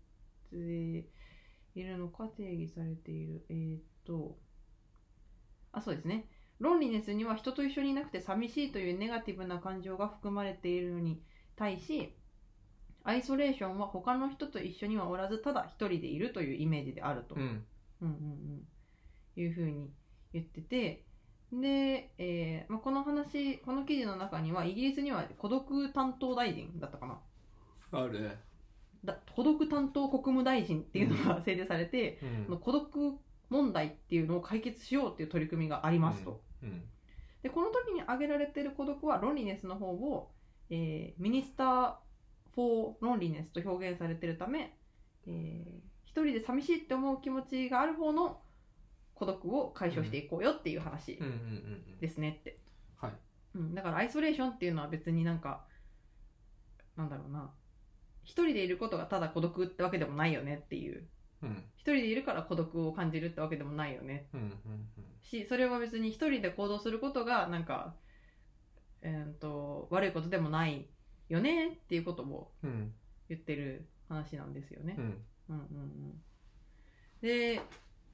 [SPEAKER 1] ているのか定義されているえーっとあそうですねロンリネスには人と一緒にいなくて寂しいというネガティブな感情が含まれているのに対しアイソレーションは他の人と一緒にはおらずただ一人でいるというイメージであると、
[SPEAKER 2] うん
[SPEAKER 1] うんうんうん、いうふうに言っててで、えーまあ、この話この記事の中にはイギリスには孤独担当大臣だったかな
[SPEAKER 2] ある
[SPEAKER 1] だ孤独担当国務大臣っていうのが制定されて、
[SPEAKER 2] う
[SPEAKER 1] その
[SPEAKER 2] ん
[SPEAKER 1] 孤独問題っていうのを解決しようっていう取り組みがありますと、
[SPEAKER 2] うん
[SPEAKER 1] でこの時に挙げられてる孤独はロンリネスの方を、えーミニスター・フォー・ロンリネスと表現されてるため、えー一人で寂しいって思う気持ちがある方の孤独を解消していこうよっていう話
[SPEAKER 2] うんうんうんう
[SPEAKER 1] で
[SPEAKER 2] ん
[SPEAKER 1] すねって、
[SPEAKER 2] はい
[SPEAKER 1] うん、だからアイソレーションっていうのは別になんかなんだろうな一人でいることがただ孤独ってわけでもないよねっていう
[SPEAKER 2] うん
[SPEAKER 1] 一人でいるから孤独を感じるってわけでもないよね
[SPEAKER 2] うんうんうん
[SPEAKER 1] しそれは別に一人で行動することがなんかえー、と悪いことでもないよねっていうことを
[SPEAKER 2] うん
[SPEAKER 1] 言ってる話なんですよね
[SPEAKER 2] う。ん
[SPEAKER 1] うんうんうん、で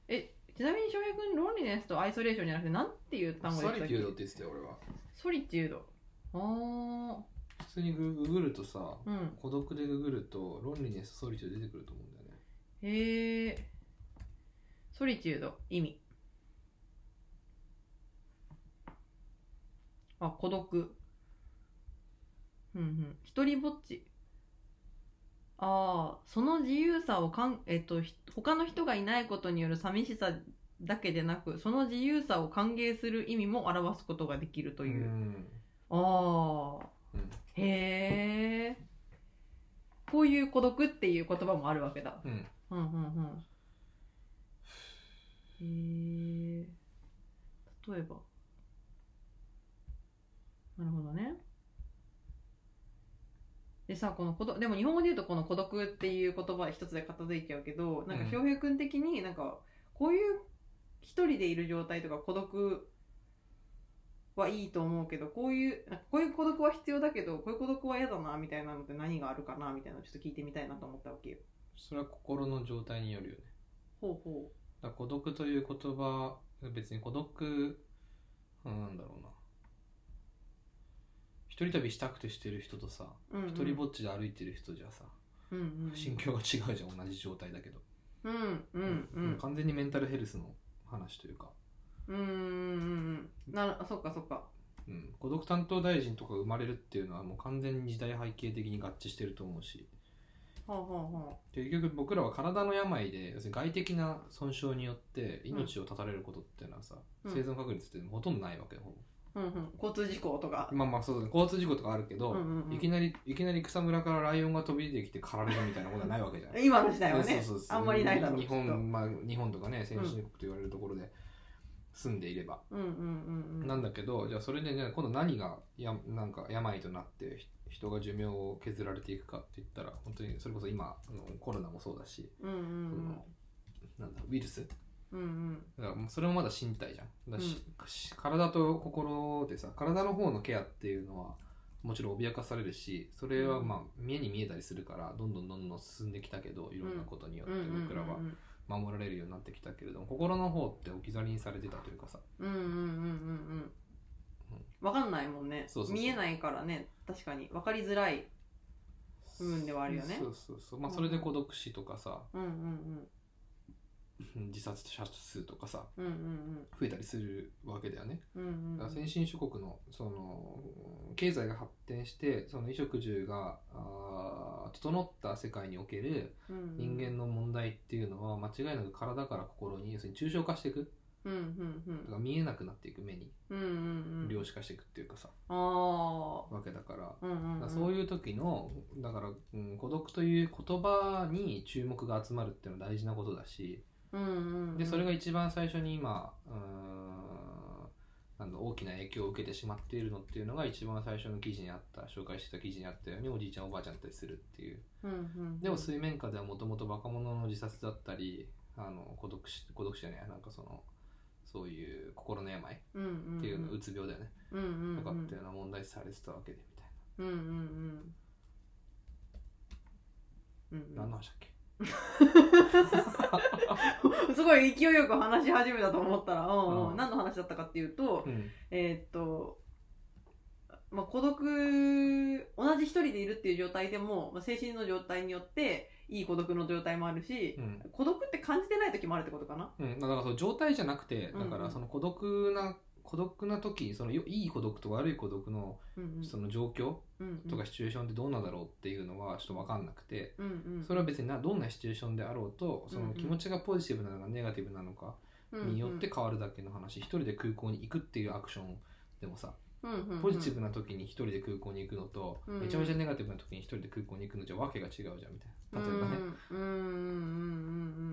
[SPEAKER 1] えちなみに翔平君ロンリネスとアイソレーションじゃなくてなんていう単語で
[SPEAKER 2] ソ
[SPEAKER 1] したっ
[SPEAKER 2] リテ
[SPEAKER 1] け
[SPEAKER 2] ュードって言ってたよ俺は
[SPEAKER 1] ソリテュード。あ
[SPEAKER 2] 普通にグググるとさ
[SPEAKER 1] あ、うん。
[SPEAKER 2] 孤独でググるとロンリネスソリテュード出てくると思うんだよね
[SPEAKER 1] へえ。ソリチュード、意味。あ、孤独。うんうん。一人ぼっち。ああ、その自由さをかん、えっと、ひ他の人がいないことによる寂しさだけでなく、その自由さを歓迎する意味も表すことができると
[SPEAKER 2] う
[SPEAKER 1] いう。
[SPEAKER 2] ん
[SPEAKER 1] ああ。
[SPEAKER 2] うん
[SPEAKER 1] へえ。こういう孤独っていう言葉もあるわけだ。
[SPEAKER 2] うん
[SPEAKER 1] うんうんうん。へえ。例えば。なるほどね。でさ、この孤独、でも日本語で言うとこの孤独っていう言葉一つで片付いちゃうけど、なんか
[SPEAKER 2] うん
[SPEAKER 1] 翔平君的になんか、こういう一人でいる状態とか孤独はいいと思うけど、こういう、なんかこういう孤独は必要だけど、こういう孤独は嫌だなみたいなのって何があるかなみたいなのをちょっと聞いてみたいなと思ったわけよ。
[SPEAKER 2] それは心の状態によるよね
[SPEAKER 1] ほうほ
[SPEAKER 2] だから孤独という言葉別に孤独うんなんだろうな一人旅したくてしてる人とさ
[SPEAKER 1] う。うんうん、
[SPEAKER 2] 一人ぼっちで歩いてる人じゃさ
[SPEAKER 1] うんうん、
[SPEAKER 2] 心境が違うじゃん同じ状態だけど、
[SPEAKER 1] うんうんう
[SPEAKER 2] も
[SPEAKER 1] ん
[SPEAKER 2] 完全にメンタルヘルスの話というか、
[SPEAKER 1] うんうんうんうんなるあそっかそっか
[SPEAKER 2] うん、孤独担当大臣とか生まれるっていうのはもう完全に時代背景的に合致してると思うし
[SPEAKER 1] ほうほうほ
[SPEAKER 2] 結局僕らは体の病で要するに外的な損傷によって命を絶たれることっていうのはさ、
[SPEAKER 1] うん
[SPEAKER 2] 生存確率ってほとんどないわけよ、ほぼ
[SPEAKER 1] う、うんうん、交通事故とか
[SPEAKER 2] まあまあそうだね交通事故とかあるけど、
[SPEAKER 1] うんうんうん
[SPEAKER 2] いきなりいきなり草むらからライオンが飛び出てきて狩られるみたいなことはないわけじゃん
[SPEAKER 1] 今の時代はね
[SPEAKER 2] そうそうそう
[SPEAKER 1] あんまりないだろうき
[SPEAKER 2] 日
[SPEAKER 1] っと
[SPEAKER 2] 本,、まあ、日本とかね先進国と言われるところで住んでいれば、
[SPEAKER 1] うんうんうん
[SPEAKER 2] なん
[SPEAKER 1] だ
[SPEAKER 2] だけどじゃあそれでね今度何がやなんか病となってひ人が寿命を削られていくかって言ったら本当にそれこそ今あのコロナもそうだし、
[SPEAKER 1] うんうん
[SPEAKER 2] そのなんだウイルス
[SPEAKER 1] うんうん
[SPEAKER 2] だからもうそれもまだ身体じゃんだし
[SPEAKER 1] う、
[SPEAKER 2] し体と心でさ体の方のケアっていうのはもちろん脅かされるしそれはまあ目に見えたりするからどんどんどんどん進んできたけどいろんなことによって
[SPEAKER 1] うんうん
[SPEAKER 2] 僕らは守られるようになってきたけれども心の方って置き去りにされてたというかさ
[SPEAKER 1] うんうんうんうんうんうんわかんないもんね
[SPEAKER 2] そうそうそう
[SPEAKER 1] 見えないからね確かにわかりづらい部分ではあるよね
[SPEAKER 2] そうそうそう、まあ、それで孤独死とかさ
[SPEAKER 1] うんうん
[SPEAKER 2] 自殺者数とかさ
[SPEAKER 1] うんうんうん
[SPEAKER 2] 増えたりするわけだよね
[SPEAKER 1] うんうんうん
[SPEAKER 2] だから先進諸国のその経済が発展してその衣食住があー整った世界における人間の問題っていうのは間違いなく体から心に要するに抽象化していく
[SPEAKER 1] うんうんう
[SPEAKER 2] だ
[SPEAKER 1] ん
[SPEAKER 2] から見えなくなっていく目に
[SPEAKER 1] うんうんうん
[SPEAKER 2] 量子化していくっていうかさ
[SPEAKER 1] あ
[SPEAKER 2] わけだから
[SPEAKER 1] あうんうんう
[SPEAKER 2] だから
[SPEAKER 1] ん
[SPEAKER 2] そういう時のだから、うん、孤独という言葉に注目が集まるっていうのは大事なことだし
[SPEAKER 1] うんうんうん
[SPEAKER 2] でそれが一番最初に今うーんなんだ大きな影響を受けてしまっているのっていうのが一番最初の記事にあった紹介してた記事にあったようにおじいちゃんおばあちゃんだったりするっていう
[SPEAKER 1] うんうん
[SPEAKER 2] でも水面下ではもともと若者の自殺だったりあの孤独死孤独死じゃないなんかそのそういう心の病っ
[SPEAKER 1] うんうんん
[SPEAKER 2] ていうの、うつ病だよね、
[SPEAKER 1] うんうんうん
[SPEAKER 2] とかっていうのは問題視されてたわけでみたい
[SPEAKER 1] うんうんうんうん
[SPEAKER 2] な、何の話だっけ
[SPEAKER 1] うん、 すごい勢いよく話し始めたと思ったら、うんうん
[SPEAKER 2] うん
[SPEAKER 1] 何の話だったかっていうと、
[SPEAKER 2] うん
[SPEAKER 1] えーっと、まあ、孤独同じ一人でいるっていう状態でも、まあ、精神の状態によっていい孤独の状態もあるし
[SPEAKER 2] う、ん
[SPEAKER 1] 孤独って感じてない時もあるってことかな
[SPEAKER 2] うん、だからその状態じゃなくてだか
[SPEAKER 1] うんうん
[SPEAKER 2] らその孤独な孤独な時そのよいい孤独と悪い孤独の
[SPEAKER 1] うんうん
[SPEAKER 2] その状況
[SPEAKER 1] うんうん
[SPEAKER 2] とかシチュエーションってどうなんだろうっていうのはちょっと分かんなくて
[SPEAKER 1] うんうん
[SPEAKER 2] それは別になどんなシチュエーションであろうとその気持ちがポジティブなのかネガティブなのかによって変わるだけの話、一人で空港に行くっていうアクションでもさ
[SPEAKER 1] うんうんうんうん
[SPEAKER 2] ポジティブな時に一人で空港に行くのと、
[SPEAKER 1] うんうん
[SPEAKER 2] めちゃめちゃネガティブな時に一人で空港に行くのじゃわけが違うじゃんみたいな例えばね、
[SPEAKER 1] うんうんうんうんう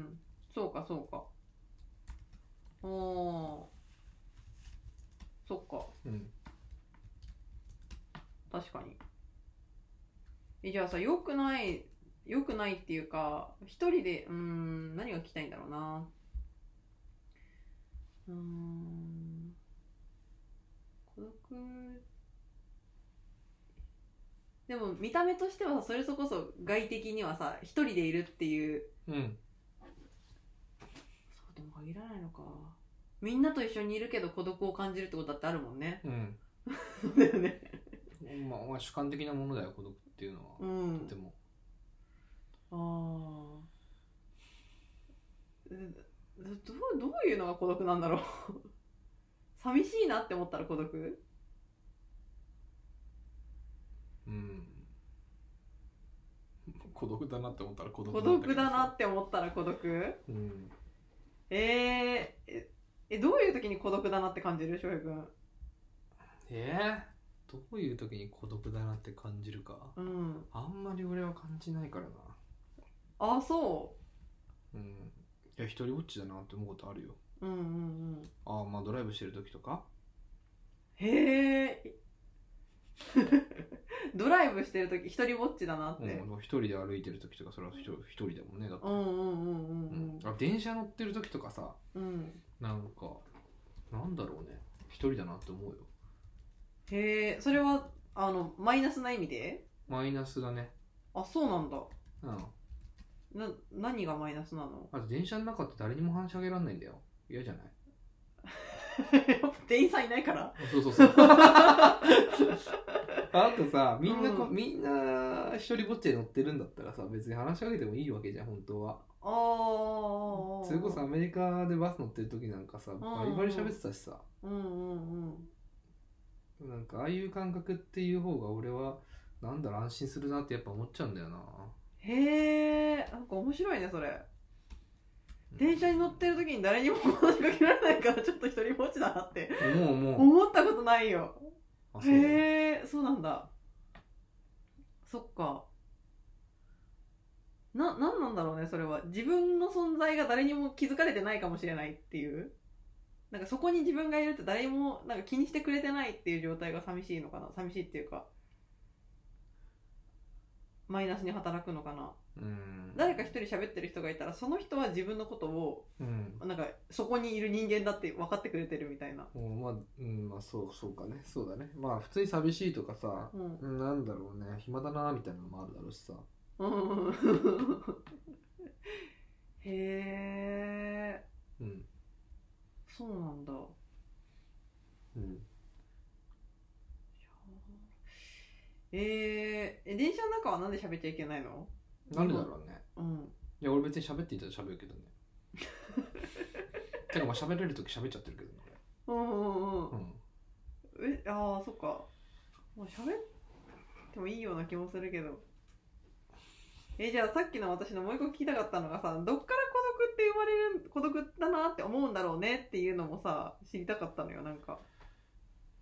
[SPEAKER 1] んそうかそうかおおーそっか
[SPEAKER 2] うん
[SPEAKER 1] 確かにえじゃあさよくないよくないっていうか一人でうーん何が聞きたいんだろうなうーん孤独でも見た目としてはそれそこそ外的にはさ一人でいるっていう
[SPEAKER 2] うん
[SPEAKER 1] そうでも限らないのかみんなと一緒にいるけど孤独を感じるってことだってあるもんね
[SPEAKER 2] うん
[SPEAKER 1] そうだよね
[SPEAKER 2] まあまあ主観的なものだよ孤独っていうのは、
[SPEAKER 1] う
[SPEAKER 2] と
[SPEAKER 1] ん
[SPEAKER 2] ても
[SPEAKER 1] ああどうどういうのが孤独なんだろう寂しいなって思ったら孤独
[SPEAKER 2] うん孤独だなって思ったら孤独
[SPEAKER 1] 孤
[SPEAKER 2] んけ
[SPEAKER 1] 独
[SPEAKER 2] ど
[SPEAKER 1] だ
[SPEAKER 2] さ
[SPEAKER 1] なって思ったら孤独
[SPEAKER 2] うん
[SPEAKER 1] えー、ええどういう時に孤独だなって感じる翔平君
[SPEAKER 2] えー、どういう時に孤独だなって感じるか
[SPEAKER 1] うん
[SPEAKER 2] あんまり俺は感じないからな
[SPEAKER 1] あそ
[SPEAKER 2] うんいや一人ぼっちだなって思うことあるよ
[SPEAKER 1] ううんうんうん
[SPEAKER 2] ああまあドライブしてる時とか
[SPEAKER 1] へえ ドライブしてる時一人ぼっちだなっ
[SPEAKER 2] うん
[SPEAKER 1] て、
[SPEAKER 2] 一人で歩いてる時とかそれは一人一人だもんねだって
[SPEAKER 1] うん、うんうんうんうん
[SPEAKER 2] あ電車乗ってる時とかさ
[SPEAKER 1] うん
[SPEAKER 2] なんかなんだろうね一人だなって思うよ
[SPEAKER 1] へえそれはあのマイナスな意味で
[SPEAKER 2] マイナスだね
[SPEAKER 1] あそうなんだ
[SPEAKER 2] うん
[SPEAKER 1] な何がマイナスなの
[SPEAKER 2] あと電車の中って誰にも話しかけらんないんだよ嫌じゃない
[SPEAKER 1] 店員さんいないから
[SPEAKER 2] そうそう そうあとさみんなこ、
[SPEAKER 1] うん
[SPEAKER 2] みんな一人ぼっちで乗ってるんだったらさ別に話しかけてもいいわけじゃん本当は
[SPEAKER 1] ああ
[SPEAKER 2] それこそアメリカでバス乗ってる時なんかさバリバリ喋ってたしさ
[SPEAKER 1] うんうんうん
[SPEAKER 2] なんかああいう感覚っていう方が俺はなんだろう安心するなってやっぱ思っちゃうんだよな
[SPEAKER 1] へえんか面白いねそれ
[SPEAKER 2] うん
[SPEAKER 1] 電車に乗ってる時に誰にも話しかけられないからちょっと一人ぼっちだなって
[SPEAKER 2] もうもう
[SPEAKER 1] 思ったことないよ
[SPEAKER 2] あそう
[SPEAKER 1] へえそうなんだそっかな何なんだろうねそれは自分の存在が誰にも気づかれてないかもしれないっていうなんかそこに自分がいるって誰もなんか気にしてくれてないっていう状態が寂しいのかな寂しいっていうかマイナスに働くのかな
[SPEAKER 2] うん
[SPEAKER 1] 誰か一人喋ってる人がいたらその人は自分のことを
[SPEAKER 2] うん
[SPEAKER 1] なんかそこにいる人間だって分かってくれてるみたいな
[SPEAKER 2] もうまあ、うん、まあそうそうかねそうだねまあ普通に寂しいとかさ
[SPEAKER 1] うん
[SPEAKER 2] うんなんだろうね暇だなみたいなのもあるだろうしさ
[SPEAKER 1] うん へえ
[SPEAKER 2] うん
[SPEAKER 1] そうなんだいや
[SPEAKER 2] うん
[SPEAKER 1] えー、え電車の中はなんで喋っちゃいけないの
[SPEAKER 2] なんでだろうね
[SPEAKER 1] うん
[SPEAKER 2] いや俺別に喋っていたら喋るけど ねてかまあ喋れる時喋っちゃってるけどね
[SPEAKER 1] うんうんう
[SPEAKER 2] 俺
[SPEAKER 1] ん
[SPEAKER 2] うん
[SPEAKER 1] えああそっかまあ喋ってもいいような気もするけどえじゃあさっきの私のもう一個聞きたかったのがさどっから孤独って生まれる孤独だなって思うんだろうねっていうのもさ知りたかったのよなんか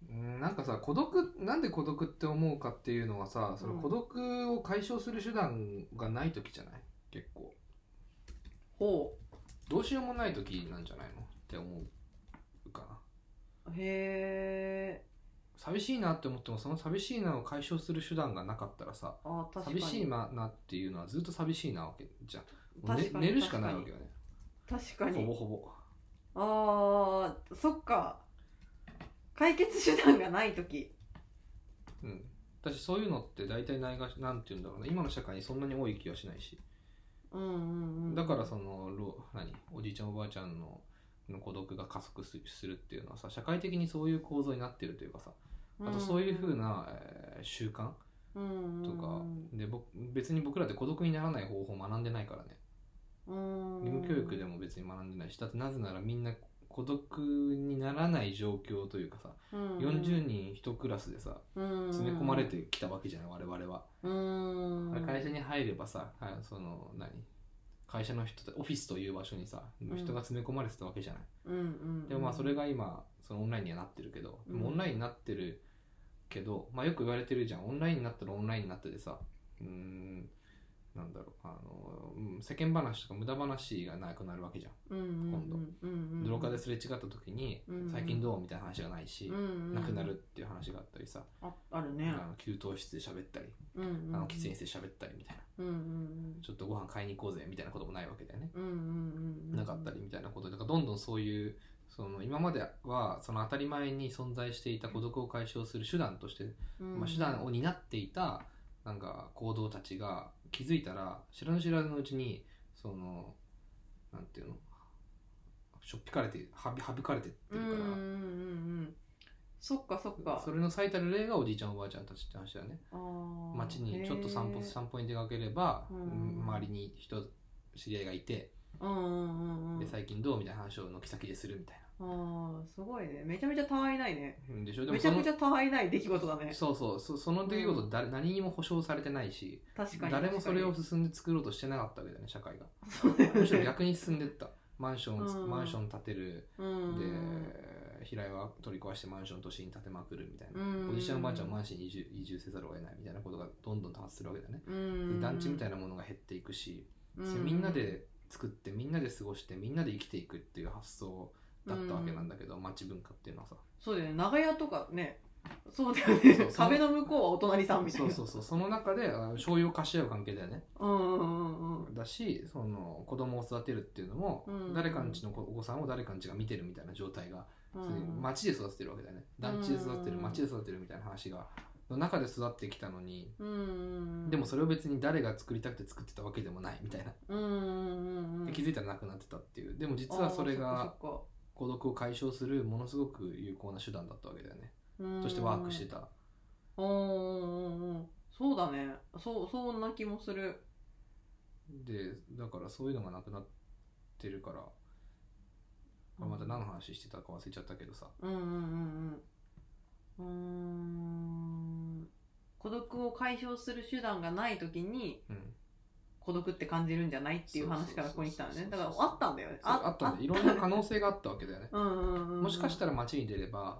[SPEAKER 2] うんなんかさ孤独なんで孤独って思うかっていうのはさその
[SPEAKER 1] うん
[SPEAKER 2] 孤独を解消する手段がない時じゃない結構
[SPEAKER 1] ほ
[SPEAKER 2] どうしようもない時なんじゃないのって思うかな
[SPEAKER 1] うへえ
[SPEAKER 2] 寂しいなって思ってもその寂しいなを解消する手段がなかったらさ
[SPEAKER 1] あー確かに
[SPEAKER 2] 寂しいななっていうのはずっと寂しいなわけじゃんもうね
[SPEAKER 1] 確かに
[SPEAKER 2] 寝るしかないわけよね
[SPEAKER 1] 確か
[SPEAKER 2] ほぼ
[SPEAKER 1] に
[SPEAKER 2] ほぼ
[SPEAKER 1] あーそっか解決手段がない時
[SPEAKER 2] うん私そういうのって大体ないがしなんて言うんだろうな今の社会にそんなに多い気はしないし
[SPEAKER 1] うんうんうん
[SPEAKER 2] だからそのろ何おじいちゃんおばあちゃんのの孤独が加速すするっていうのはさ社会的にそういう構造になってるというかさあとそういうふうな、えー習慣
[SPEAKER 1] うん
[SPEAKER 2] と
[SPEAKER 1] うん
[SPEAKER 2] かで僕別に僕らって孤独にならない方法を学んでないからね
[SPEAKER 1] うんうん
[SPEAKER 2] 義務教育でも別に学んでないしだってなぜならみんな孤独にならない状況というかさ40人1クラスでさ詰
[SPEAKER 1] 詰
[SPEAKER 2] め込まれてきたわけじゃない我々は
[SPEAKER 1] うんうん
[SPEAKER 2] 会社に入ればさあその何会社の人たオフィスという場所にさ
[SPEAKER 1] ん
[SPEAKER 2] 人が詰め込まれてたわけじゃない、
[SPEAKER 1] うんうん
[SPEAKER 2] でもまあそれが今そのオンラインにはなってるけど、でも
[SPEAKER 1] うん
[SPEAKER 2] オンラインになってるけど、まあ、よく言われてるじゃんオンラインになったらオンラインになってでさうーんなんだろうあのうん世間話とか無駄話がなくなるわけじゃん、今度
[SPEAKER 1] 今
[SPEAKER 2] 廊下ですれ違った時に
[SPEAKER 1] うん
[SPEAKER 2] 「最近どう?」みたいな話がないし、なくなる
[SPEAKER 1] うん
[SPEAKER 2] っていう話があったりさ、
[SPEAKER 1] ああるね
[SPEAKER 2] あの給湯室で喋ったり、
[SPEAKER 1] うんうん
[SPEAKER 2] あの喫煙室で喋ったりみたいな
[SPEAKER 1] うんうん
[SPEAKER 2] ちょっとご飯買いに行こうぜみたいなこともないわけだよね
[SPEAKER 1] うんうんうんうん
[SPEAKER 2] なかったりみたいなことでだからどんどんそういうその今まではその当たり前に存在していた孤独を解消する手段として、
[SPEAKER 1] うん
[SPEAKER 2] まあ、手段を担っていたなんか行動たちが気づいたら知らぬ知らぬのうちにそのなんていうのしょっぴかれてはび省かれてって
[SPEAKER 1] うん
[SPEAKER 2] る
[SPEAKER 1] うん
[SPEAKER 2] か
[SPEAKER 1] うん
[SPEAKER 2] ら、
[SPEAKER 1] うんそっかそっか
[SPEAKER 2] それの最たる例がおじいちゃんおばあちゃんたちって話だよね街
[SPEAKER 1] 街
[SPEAKER 2] にちょっと散歩散歩に出かければ、
[SPEAKER 1] うん
[SPEAKER 2] 周りに人知り合いがいて、
[SPEAKER 1] うんうんうんうん
[SPEAKER 2] で最近どうみたいな話を軒先でするみたい
[SPEAKER 1] あーすごいねめちゃめちゃたわいないね
[SPEAKER 2] な。でしょでも
[SPEAKER 1] めちゃくち
[SPEAKER 2] ゃ
[SPEAKER 1] ゃたわいない出来事だね
[SPEAKER 2] そうそうそその出来事誰、何にも保証されてないし
[SPEAKER 1] 確かに
[SPEAKER 2] 誰もそれを
[SPEAKER 1] 確
[SPEAKER 2] 進んで作ろうとしてなかったわけだよね社会が
[SPEAKER 1] そうだよね
[SPEAKER 2] むしろ逆に進ん でったマンション、
[SPEAKER 1] うん
[SPEAKER 2] マンション建てる
[SPEAKER 1] かにうん
[SPEAKER 2] で平屋は取り壊してマンション都心に建てまくるみたいな、
[SPEAKER 1] うん
[SPEAKER 2] おじいちゃんおばあちゃんマンションに移住移住せざるを得ないみたいなことがどんどん多発するわけだね、
[SPEAKER 1] うん
[SPEAKER 2] で団地みたいなものが減っていくし、
[SPEAKER 1] う
[SPEAKER 2] それみんなで作ってみんなで過ごしてみんなで生きていくっていう発想だったわけなんだけど、町文化っていうのはさ
[SPEAKER 1] そうだよね長屋とかねそうだよね
[SPEAKER 2] そうその
[SPEAKER 1] 壁の向こうはお隣 さんみたい
[SPEAKER 2] そう
[SPEAKER 1] な
[SPEAKER 2] そうそうその中であ醤油を貸し合う関係だよね
[SPEAKER 1] うんうんうんうん
[SPEAKER 2] だしその子供を育てるっていうのも、
[SPEAKER 1] うん
[SPEAKER 2] 誰かんちの子お子さんを誰かんちが見てるみたいな状態
[SPEAKER 1] う
[SPEAKER 2] が、
[SPEAKER 1] ん
[SPEAKER 2] そういう町で育ててるわけだよね団地で育ててる
[SPEAKER 1] うん
[SPEAKER 2] 町で育てるみたいな話がの中で育ってきたのに
[SPEAKER 1] うんうんうん
[SPEAKER 2] でもそれを別に誰が作りたくて作ってたわけでもないみたいな、
[SPEAKER 1] うんうんうんう
[SPEAKER 2] で
[SPEAKER 1] ん
[SPEAKER 2] 気づいたらなくなってたっていうでも実はそれ
[SPEAKER 1] あー
[SPEAKER 2] が
[SPEAKER 1] そっか
[SPEAKER 2] 孤独を解消するものすごく有効な手段だったわけだよね
[SPEAKER 1] そっか
[SPEAKER 2] そしてワークしてた
[SPEAKER 1] うんうんうんうんそうだねそうそんな気もする
[SPEAKER 2] でだからそういうのがなくなってるからあまた何の話してたか忘れちゃったけどさ
[SPEAKER 1] うんうんうんうんうーん孤独を解消する手段がない時に
[SPEAKER 2] うん
[SPEAKER 1] 孤独って感じるんじゃないっていう話からここに来たのねだからあったんだよね
[SPEAKER 2] そうあったんでいろんな可能性があったわけだよね
[SPEAKER 1] うんうんうんうん
[SPEAKER 2] もしかした
[SPEAKER 1] ら
[SPEAKER 2] ら街に出れば、
[SPEAKER 1] うんうん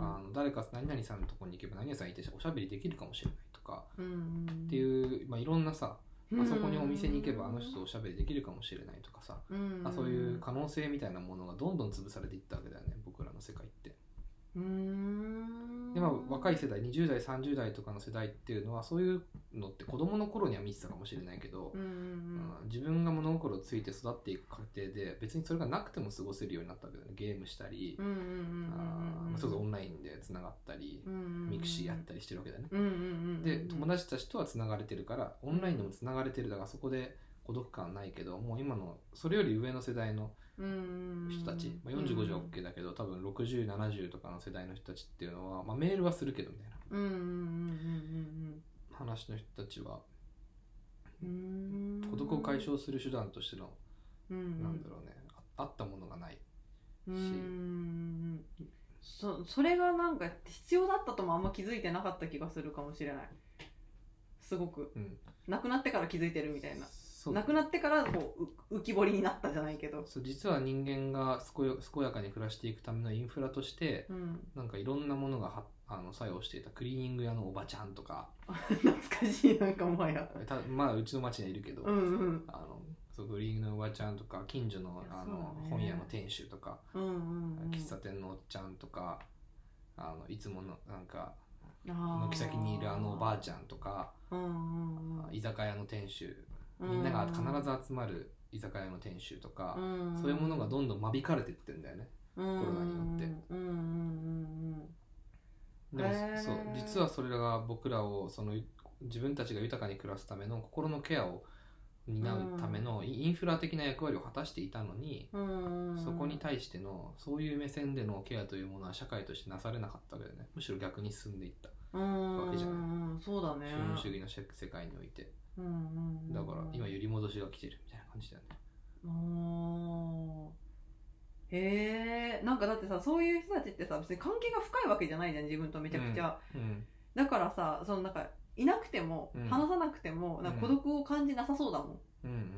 [SPEAKER 2] あの誰か何々さんのとこに行けば何々さんいておしゃべりできるかもしれないとか
[SPEAKER 1] うんうん
[SPEAKER 2] っていう、まあ、いろんなさあそこにお店に行けばあの人
[SPEAKER 1] う
[SPEAKER 2] とおしゃべりできるかもしれないとかさ、
[SPEAKER 1] んんん
[SPEAKER 2] あそういう可能性みたいなものがどんどん潰されていったわけだよね僕らの世界って。
[SPEAKER 1] うーん
[SPEAKER 2] でまあ若い世代20代30代とかの世代っていうのはそういうのって子供の頃には見てたかもしれないけど、
[SPEAKER 1] うんうんうん
[SPEAKER 2] うん自分が物心ついて育っていく過程で別にそれがなくても過ごせるようになったわけだよねゲームしたり、
[SPEAKER 1] うんうん
[SPEAKER 2] あ
[SPEAKER 1] うんうん
[SPEAKER 2] ーそれこそオンラインでつながったり、ミクシーやったりしてるわけだね。
[SPEAKER 1] うんうんうんうん
[SPEAKER 2] で友達たちとはつながれてるからオンラインでもつながれてるだからそこで孤独感はないけどもう今のそれより上の世代の人たち、まあ、45じゃ OK だけど多分6070とかの世代の人たちっていうのは、まあ、メールはするけどみたいな
[SPEAKER 1] うんうんうん
[SPEAKER 2] 話の人たちは
[SPEAKER 1] うんうんうんうん
[SPEAKER 2] 孤独を解消する手段としての、
[SPEAKER 1] うん
[SPEAKER 2] なんだろうねああったものがない
[SPEAKER 1] うんうんそそれがなんか必要だったともあんま気づいてなかった気がするかもしれないすごく
[SPEAKER 2] うん
[SPEAKER 1] なくなってから気づいてるみたいな
[SPEAKER 2] そう
[SPEAKER 1] なくなってからこうう浮き彫りになったじゃないけど
[SPEAKER 2] そう実は人間が健や健やかに暮らしていくためのインフラとして
[SPEAKER 1] うん
[SPEAKER 2] なんかいろんなものがはあの作用していたクリーニング屋のおばちゃんとか
[SPEAKER 1] 懐かしいなんかもはや
[SPEAKER 2] たまあうちの町にはいるけど、
[SPEAKER 1] うんうん
[SPEAKER 2] あのそうグリーンのおばちゃんとか近所のあ
[SPEAKER 1] そうだ
[SPEAKER 2] の
[SPEAKER 1] ね
[SPEAKER 2] 本屋の店主とか、
[SPEAKER 1] うんうんうん
[SPEAKER 2] 喫茶店のおっちゃんとかあのいつものなんか
[SPEAKER 1] あー
[SPEAKER 2] 軒先にいるあのおばあちゃんとか
[SPEAKER 1] うんうんうん
[SPEAKER 2] 居酒屋の店主
[SPEAKER 1] うん
[SPEAKER 2] みんなが必ず集まる居酒屋の店主とか、そういうものがどんどん間引かれてってんだよね。
[SPEAKER 1] コロ
[SPEAKER 2] ロナによって
[SPEAKER 1] うんうんうんうん
[SPEAKER 2] でも、
[SPEAKER 1] へー
[SPEAKER 2] そう実はそれらが僕らをその自分たちが豊かに暮らすための心のケアを担うためのイインフラ的な役割を果たしていたのに、そ
[SPEAKER 1] そ
[SPEAKER 2] こに対してのそういう目線でのケアというものは社会としてなされなかったわけだよねむしろ逆に進んでいった
[SPEAKER 1] わ
[SPEAKER 2] わけじゃない
[SPEAKER 1] いそうだね
[SPEAKER 2] 資本主義の世世界において
[SPEAKER 1] うんうんうん
[SPEAKER 2] だから今揺り戻しが来てるみたいな感じだよね
[SPEAKER 1] あーへえなんかだってさそういう人たちってさ別に関係が深いわけじゃないじゃん自分とめちゃくちゃ、
[SPEAKER 2] うん
[SPEAKER 1] だからさそのなんかいなくても、
[SPEAKER 2] うん
[SPEAKER 1] 話さなくてもなんか孤独を感じなさそうだもん、
[SPEAKER 2] うんうんうんうん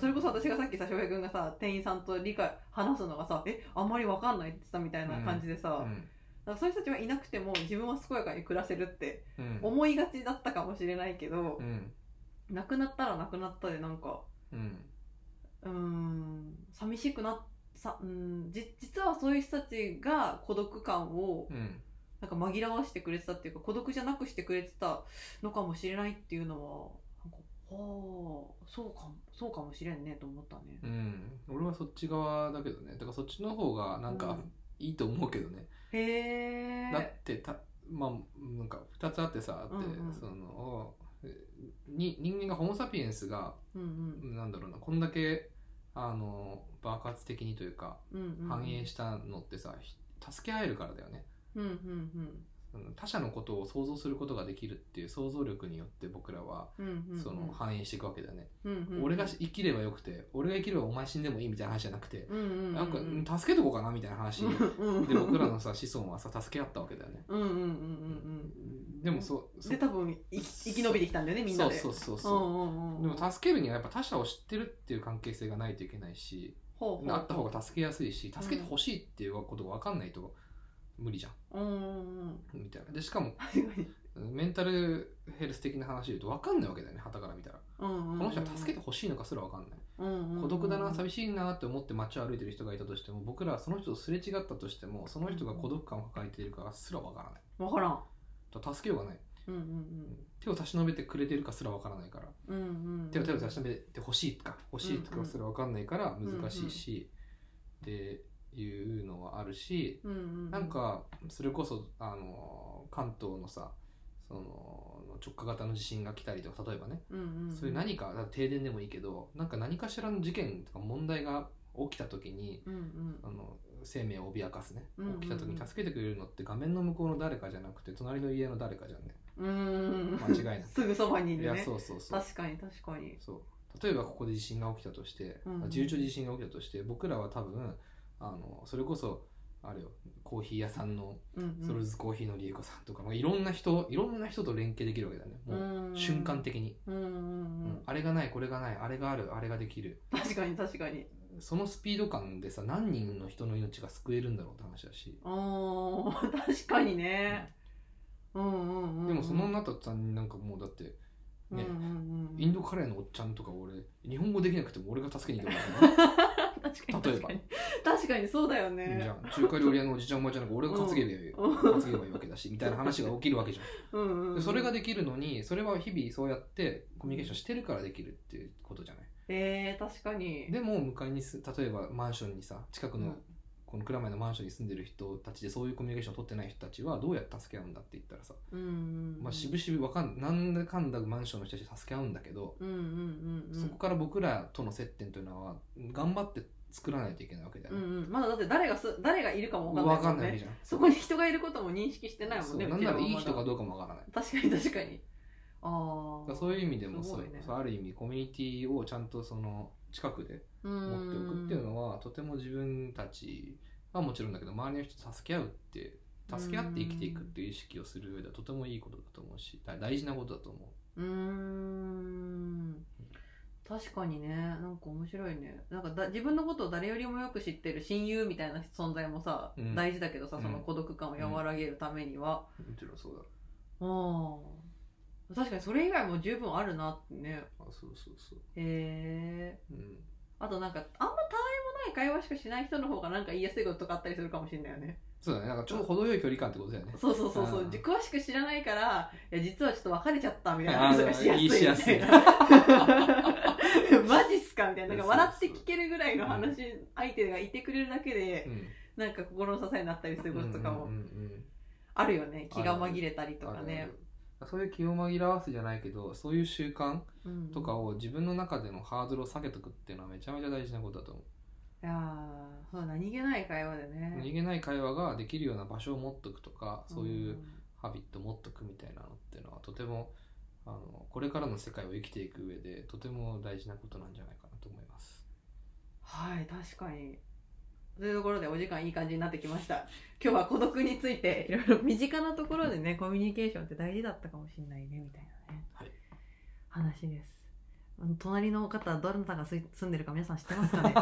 [SPEAKER 1] それこそ私がさっきさ翔平君がさ店員さんと理解話すのがさえあんまりわかんないって言ってたみたいな感じでさ、
[SPEAKER 2] うん
[SPEAKER 1] なんかそういう人たちはいなくても自分は健やかに暮らせるって
[SPEAKER 2] うん
[SPEAKER 1] 思いがちだったかもしれないけど
[SPEAKER 2] う、ん
[SPEAKER 1] なくなったらなくなったでなんか
[SPEAKER 2] うん
[SPEAKER 1] うーん寂しくなさうんじ実はそういう人たちが孤独感を
[SPEAKER 2] うん
[SPEAKER 1] なんか紛らわしてくれてたっていうか孤独じゃなくしてくれてたのかもしれないっていうのはなんかはあそうかもそうかもしれんねと思ったね。
[SPEAKER 2] うん俺はそっち側だけどねだからそっちの方がなん
[SPEAKER 1] う
[SPEAKER 2] か
[SPEAKER 1] ん
[SPEAKER 2] いいと思うけどね、
[SPEAKER 1] へ
[SPEAKER 2] だっ
[SPEAKER 1] え。
[SPEAKER 2] てたまあなんか2つあってさあって、
[SPEAKER 1] うんうん
[SPEAKER 2] そのに人間がホモ・サピエンスが
[SPEAKER 1] うんうん
[SPEAKER 2] なんだろうなこんだけあの爆発的にというか
[SPEAKER 1] うんうん
[SPEAKER 2] 反映したのってさ、ひ助け合えるからだよね
[SPEAKER 1] うんうん
[SPEAKER 2] あの他者のことを想像することができるっていう想像力によって僕らは
[SPEAKER 1] うんうんうん
[SPEAKER 2] その反映していくわけだよね、
[SPEAKER 1] うんうんうん
[SPEAKER 2] 俺が生きればよくて俺が生きればお前死んでもいいみたいな話じゃなくて、
[SPEAKER 1] うんうんうんうん
[SPEAKER 2] なんかうん助けとこうかなみたいな話で
[SPEAKER 1] うんうん
[SPEAKER 2] 僕らのさ子孫はさ助け合ったわけだよね
[SPEAKER 1] うんうんうんうん
[SPEAKER 2] でもそ
[SPEAKER 1] うん
[SPEAKER 2] そ
[SPEAKER 1] で多分い生き延びてきたんだよねみんな
[SPEAKER 2] そう
[SPEAKER 1] で
[SPEAKER 2] そううそう
[SPEAKER 1] そ
[SPEAKER 2] そう
[SPEAKER 1] うんうんうん
[SPEAKER 2] でも助けるにはやっぱ他者を知ってるっていう関係性がないといけないし、
[SPEAKER 1] ほうほう
[SPEAKER 2] あった方が助けやすいし助けてほしいっていうことが分かんないと無理じゃん
[SPEAKER 1] うんうんうん
[SPEAKER 2] みたいなでしかも
[SPEAKER 1] 確かに
[SPEAKER 2] メンタルヘルス的な話で言うと分かんないわけだよね旗から見たら、
[SPEAKER 1] うんうん
[SPEAKER 2] この人は助けてほしいのかすら分かんない、孤
[SPEAKER 1] 孤
[SPEAKER 2] 独だな
[SPEAKER 1] し
[SPEAKER 2] 寂しいなって思って街を歩いてる人がいたとしても僕らはその人とすれ違ったとしてもその人が孤独感を抱えているかすら分からない
[SPEAKER 1] 分からん
[SPEAKER 2] だから助けようがない
[SPEAKER 1] うんうん
[SPEAKER 2] 手を差し伸べてくれてるかすら分からないから
[SPEAKER 1] うんうんうん
[SPEAKER 2] 手を手を差し伸べてほしいか欲しいとかすら分かんないから
[SPEAKER 1] んうん
[SPEAKER 2] 難しいし、っていうのはあるし
[SPEAKER 1] うんうん
[SPEAKER 2] なんかそれこそあの関東のさその直下型の地震が来たりとか例えばね、
[SPEAKER 1] うんうんうん
[SPEAKER 2] そういう何かだから停電でもいいけどなんか何かしらの事件とか問題が起きた時に
[SPEAKER 1] うんうん
[SPEAKER 2] あの生命を脅かすね
[SPEAKER 1] うんうんうん
[SPEAKER 2] 起きた時に助けてくれるのって画面の向こうの誰かじゃなくて隣の家の誰かじゃんね
[SPEAKER 1] うん
[SPEAKER 2] 間違いない
[SPEAKER 1] すぐそばにい
[SPEAKER 2] い
[SPEAKER 1] る
[SPEAKER 2] や
[SPEAKER 1] ね
[SPEAKER 2] そうそうそう
[SPEAKER 1] 確かに確かに
[SPEAKER 2] そう例えばここで地震が起きたとして、
[SPEAKER 1] うんうん
[SPEAKER 2] 自由帳地震が起きたとして僕らは多分あのそれこそあれよコーヒー屋さんのソルズコーヒーのりえこさんとか、まあいろんな人いろんな人と連携できるわけだねもう瞬間
[SPEAKER 1] 的
[SPEAKER 2] 的に、
[SPEAKER 1] うんうんう
[SPEAKER 2] うん
[SPEAKER 1] ん
[SPEAKER 2] あれがないこれがないあれがあるあれができる
[SPEAKER 1] 確かに確かに
[SPEAKER 2] そのスピード感でさ何人の人の命が救えるんだろうって話だし、
[SPEAKER 1] あー確かにねうんうんうん
[SPEAKER 2] でもその中さんなんかもうだってね、
[SPEAKER 1] うんうんうん
[SPEAKER 2] インドカレーのおっちゃんとか俺日本語できなくても俺が助けに行けばいいから
[SPEAKER 1] 確かに確
[SPEAKER 2] 例えば
[SPEAKER 1] かに確かにそうだよね
[SPEAKER 2] じゃあ中華料理屋のおじちゃんおばちゃんなんか俺が担げばいい
[SPEAKER 1] うん
[SPEAKER 2] 担げばいいわけだしみたいな話が起きるわけじゃ
[SPEAKER 1] うんうん
[SPEAKER 2] ん
[SPEAKER 1] うん
[SPEAKER 2] でそれができるのにそれは日々そうやってコミュニケーションしてるからできるっていうことじゃない
[SPEAKER 1] えー確かに
[SPEAKER 2] でも向かいにす例えばマンションにさ近く
[SPEAKER 1] う
[SPEAKER 2] の
[SPEAKER 1] ん
[SPEAKER 2] この蔵前のマンションに住んでる人たちでそういうコミュニケーションを取ってない人たちはどうやって助け合うんだって言ったらさ、
[SPEAKER 1] うんうんうん
[SPEAKER 2] まあ、しぶしぶわかんなんだかんだマンションの人たち助け合うんだけど、
[SPEAKER 1] うんうんうんうん
[SPEAKER 2] そこから僕らとの接点というのは頑張って作らないといけないわけだよ
[SPEAKER 1] うん
[SPEAKER 2] ね、
[SPEAKER 1] うん、まだだって誰がす誰がいるかも分か
[SPEAKER 2] わ
[SPEAKER 1] んない
[SPEAKER 2] か
[SPEAKER 1] もん
[SPEAKER 2] んないわけ
[SPEAKER 1] ね
[SPEAKER 2] じゃん
[SPEAKER 1] そこに人がいることも認識してないも
[SPEAKER 2] そ
[SPEAKER 1] ん
[SPEAKER 2] う
[SPEAKER 1] ね
[SPEAKER 2] なん
[SPEAKER 1] うち
[SPEAKER 2] な
[SPEAKER 1] ら
[SPEAKER 2] ら
[SPEAKER 1] はい
[SPEAKER 2] い
[SPEAKER 1] まだ
[SPEAKER 2] 人かどうかもわからない
[SPEAKER 1] 確かに確かにあ
[SPEAKER 2] だか
[SPEAKER 1] あ
[SPEAKER 2] らそういう意味でもそう
[SPEAKER 1] すごいね
[SPEAKER 2] そうある意味コミュニティをちゃんとその近くで持っておくっていうのはとても自分たちはもちろんだけど周りの人と助け合うって助け合って生きていくっていう意識をする上ではとてもいいことだと思うしだ大事なことだと思う
[SPEAKER 1] うーん確かにねなんか面白いねなんかだ自分のことを誰よりもよく知ってる親友みたいな存在もさ、
[SPEAKER 2] うん
[SPEAKER 1] 大事だけどさ
[SPEAKER 2] うん
[SPEAKER 1] その孤独感を和らげるためには、
[SPEAKER 2] もちろんそうだ
[SPEAKER 1] ああ確かにそれ以外も十分あるなってね
[SPEAKER 2] あそうそうそう
[SPEAKER 1] へえ
[SPEAKER 2] うん
[SPEAKER 1] あとなんかあんまたわいもない会話しかしない人の方がなんか言いやすいこととかあったりするかもしれないよね
[SPEAKER 2] そうだねなんかちょうど程よい距離感ってこと だよね
[SPEAKER 1] そうそうそうそう
[SPEAKER 2] うん
[SPEAKER 1] じ詳しく知らないからいや実はちょっと別れちゃったみたいな
[SPEAKER 2] あ
[SPEAKER 1] 話がしやすい
[SPEAKER 2] いいしやすい
[SPEAKER 1] マジっすかみたいななんか笑って聞けるぐらいの話相手がいてくれるだけで
[SPEAKER 2] うん
[SPEAKER 1] なんか心の支えになったりすることとか
[SPEAKER 2] う
[SPEAKER 1] も
[SPEAKER 2] んうんうん
[SPEAKER 1] あるよね気が紛れたりとか
[SPEAKER 2] あ
[SPEAKER 1] ね
[SPEAKER 2] るあるそういう気を紛らわすじゃないけどそういう習慣
[SPEAKER 1] うん
[SPEAKER 2] とかを自分の中でのハードルを下げとくっていうのはめちゃめちゃ大事なことだと思う
[SPEAKER 1] いやーそう何気ない会話で
[SPEAKER 2] 逃
[SPEAKER 1] ね
[SPEAKER 2] げない会話ができるような場所を持っとくとかそういううんハビットを持っとくみたいなのっていうのはとてもあのこれからの世界を生きていく上でとても大事なことなんじゃないかなと思います。
[SPEAKER 1] はい確かにというところでお時間いい感じになってきました今日は孤独についていろいろ身近なところでねコミュニケーションって大事だったかもしれないねみたいなね、
[SPEAKER 2] はい
[SPEAKER 1] 話ですあの隣の方どなたが住住んでるか皆さん知ってます かね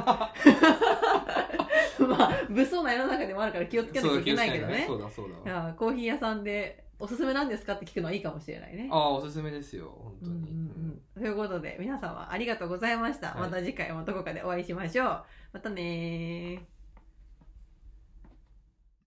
[SPEAKER 1] まあ物騒な世の中でもあるから気をつけなきゃいけないけどね
[SPEAKER 2] そうだそうだそう
[SPEAKER 1] い
[SPEAKER 2] だ。
[SPEAKER 1] やコーヒー屋さんでおすすめなんですかって聞くのはいいかもしれないね
[SPEAKER 2] ああおすすめですよ本当
[SPEAKER 1] うん
[SPEAKER 2] に。
[SPEAKER 1] うんうんということで皆様ありがとうございました、
[SPEAKER 2] はい
[SPEAKER 1] また次回もどこかでお会いしましょうまたねー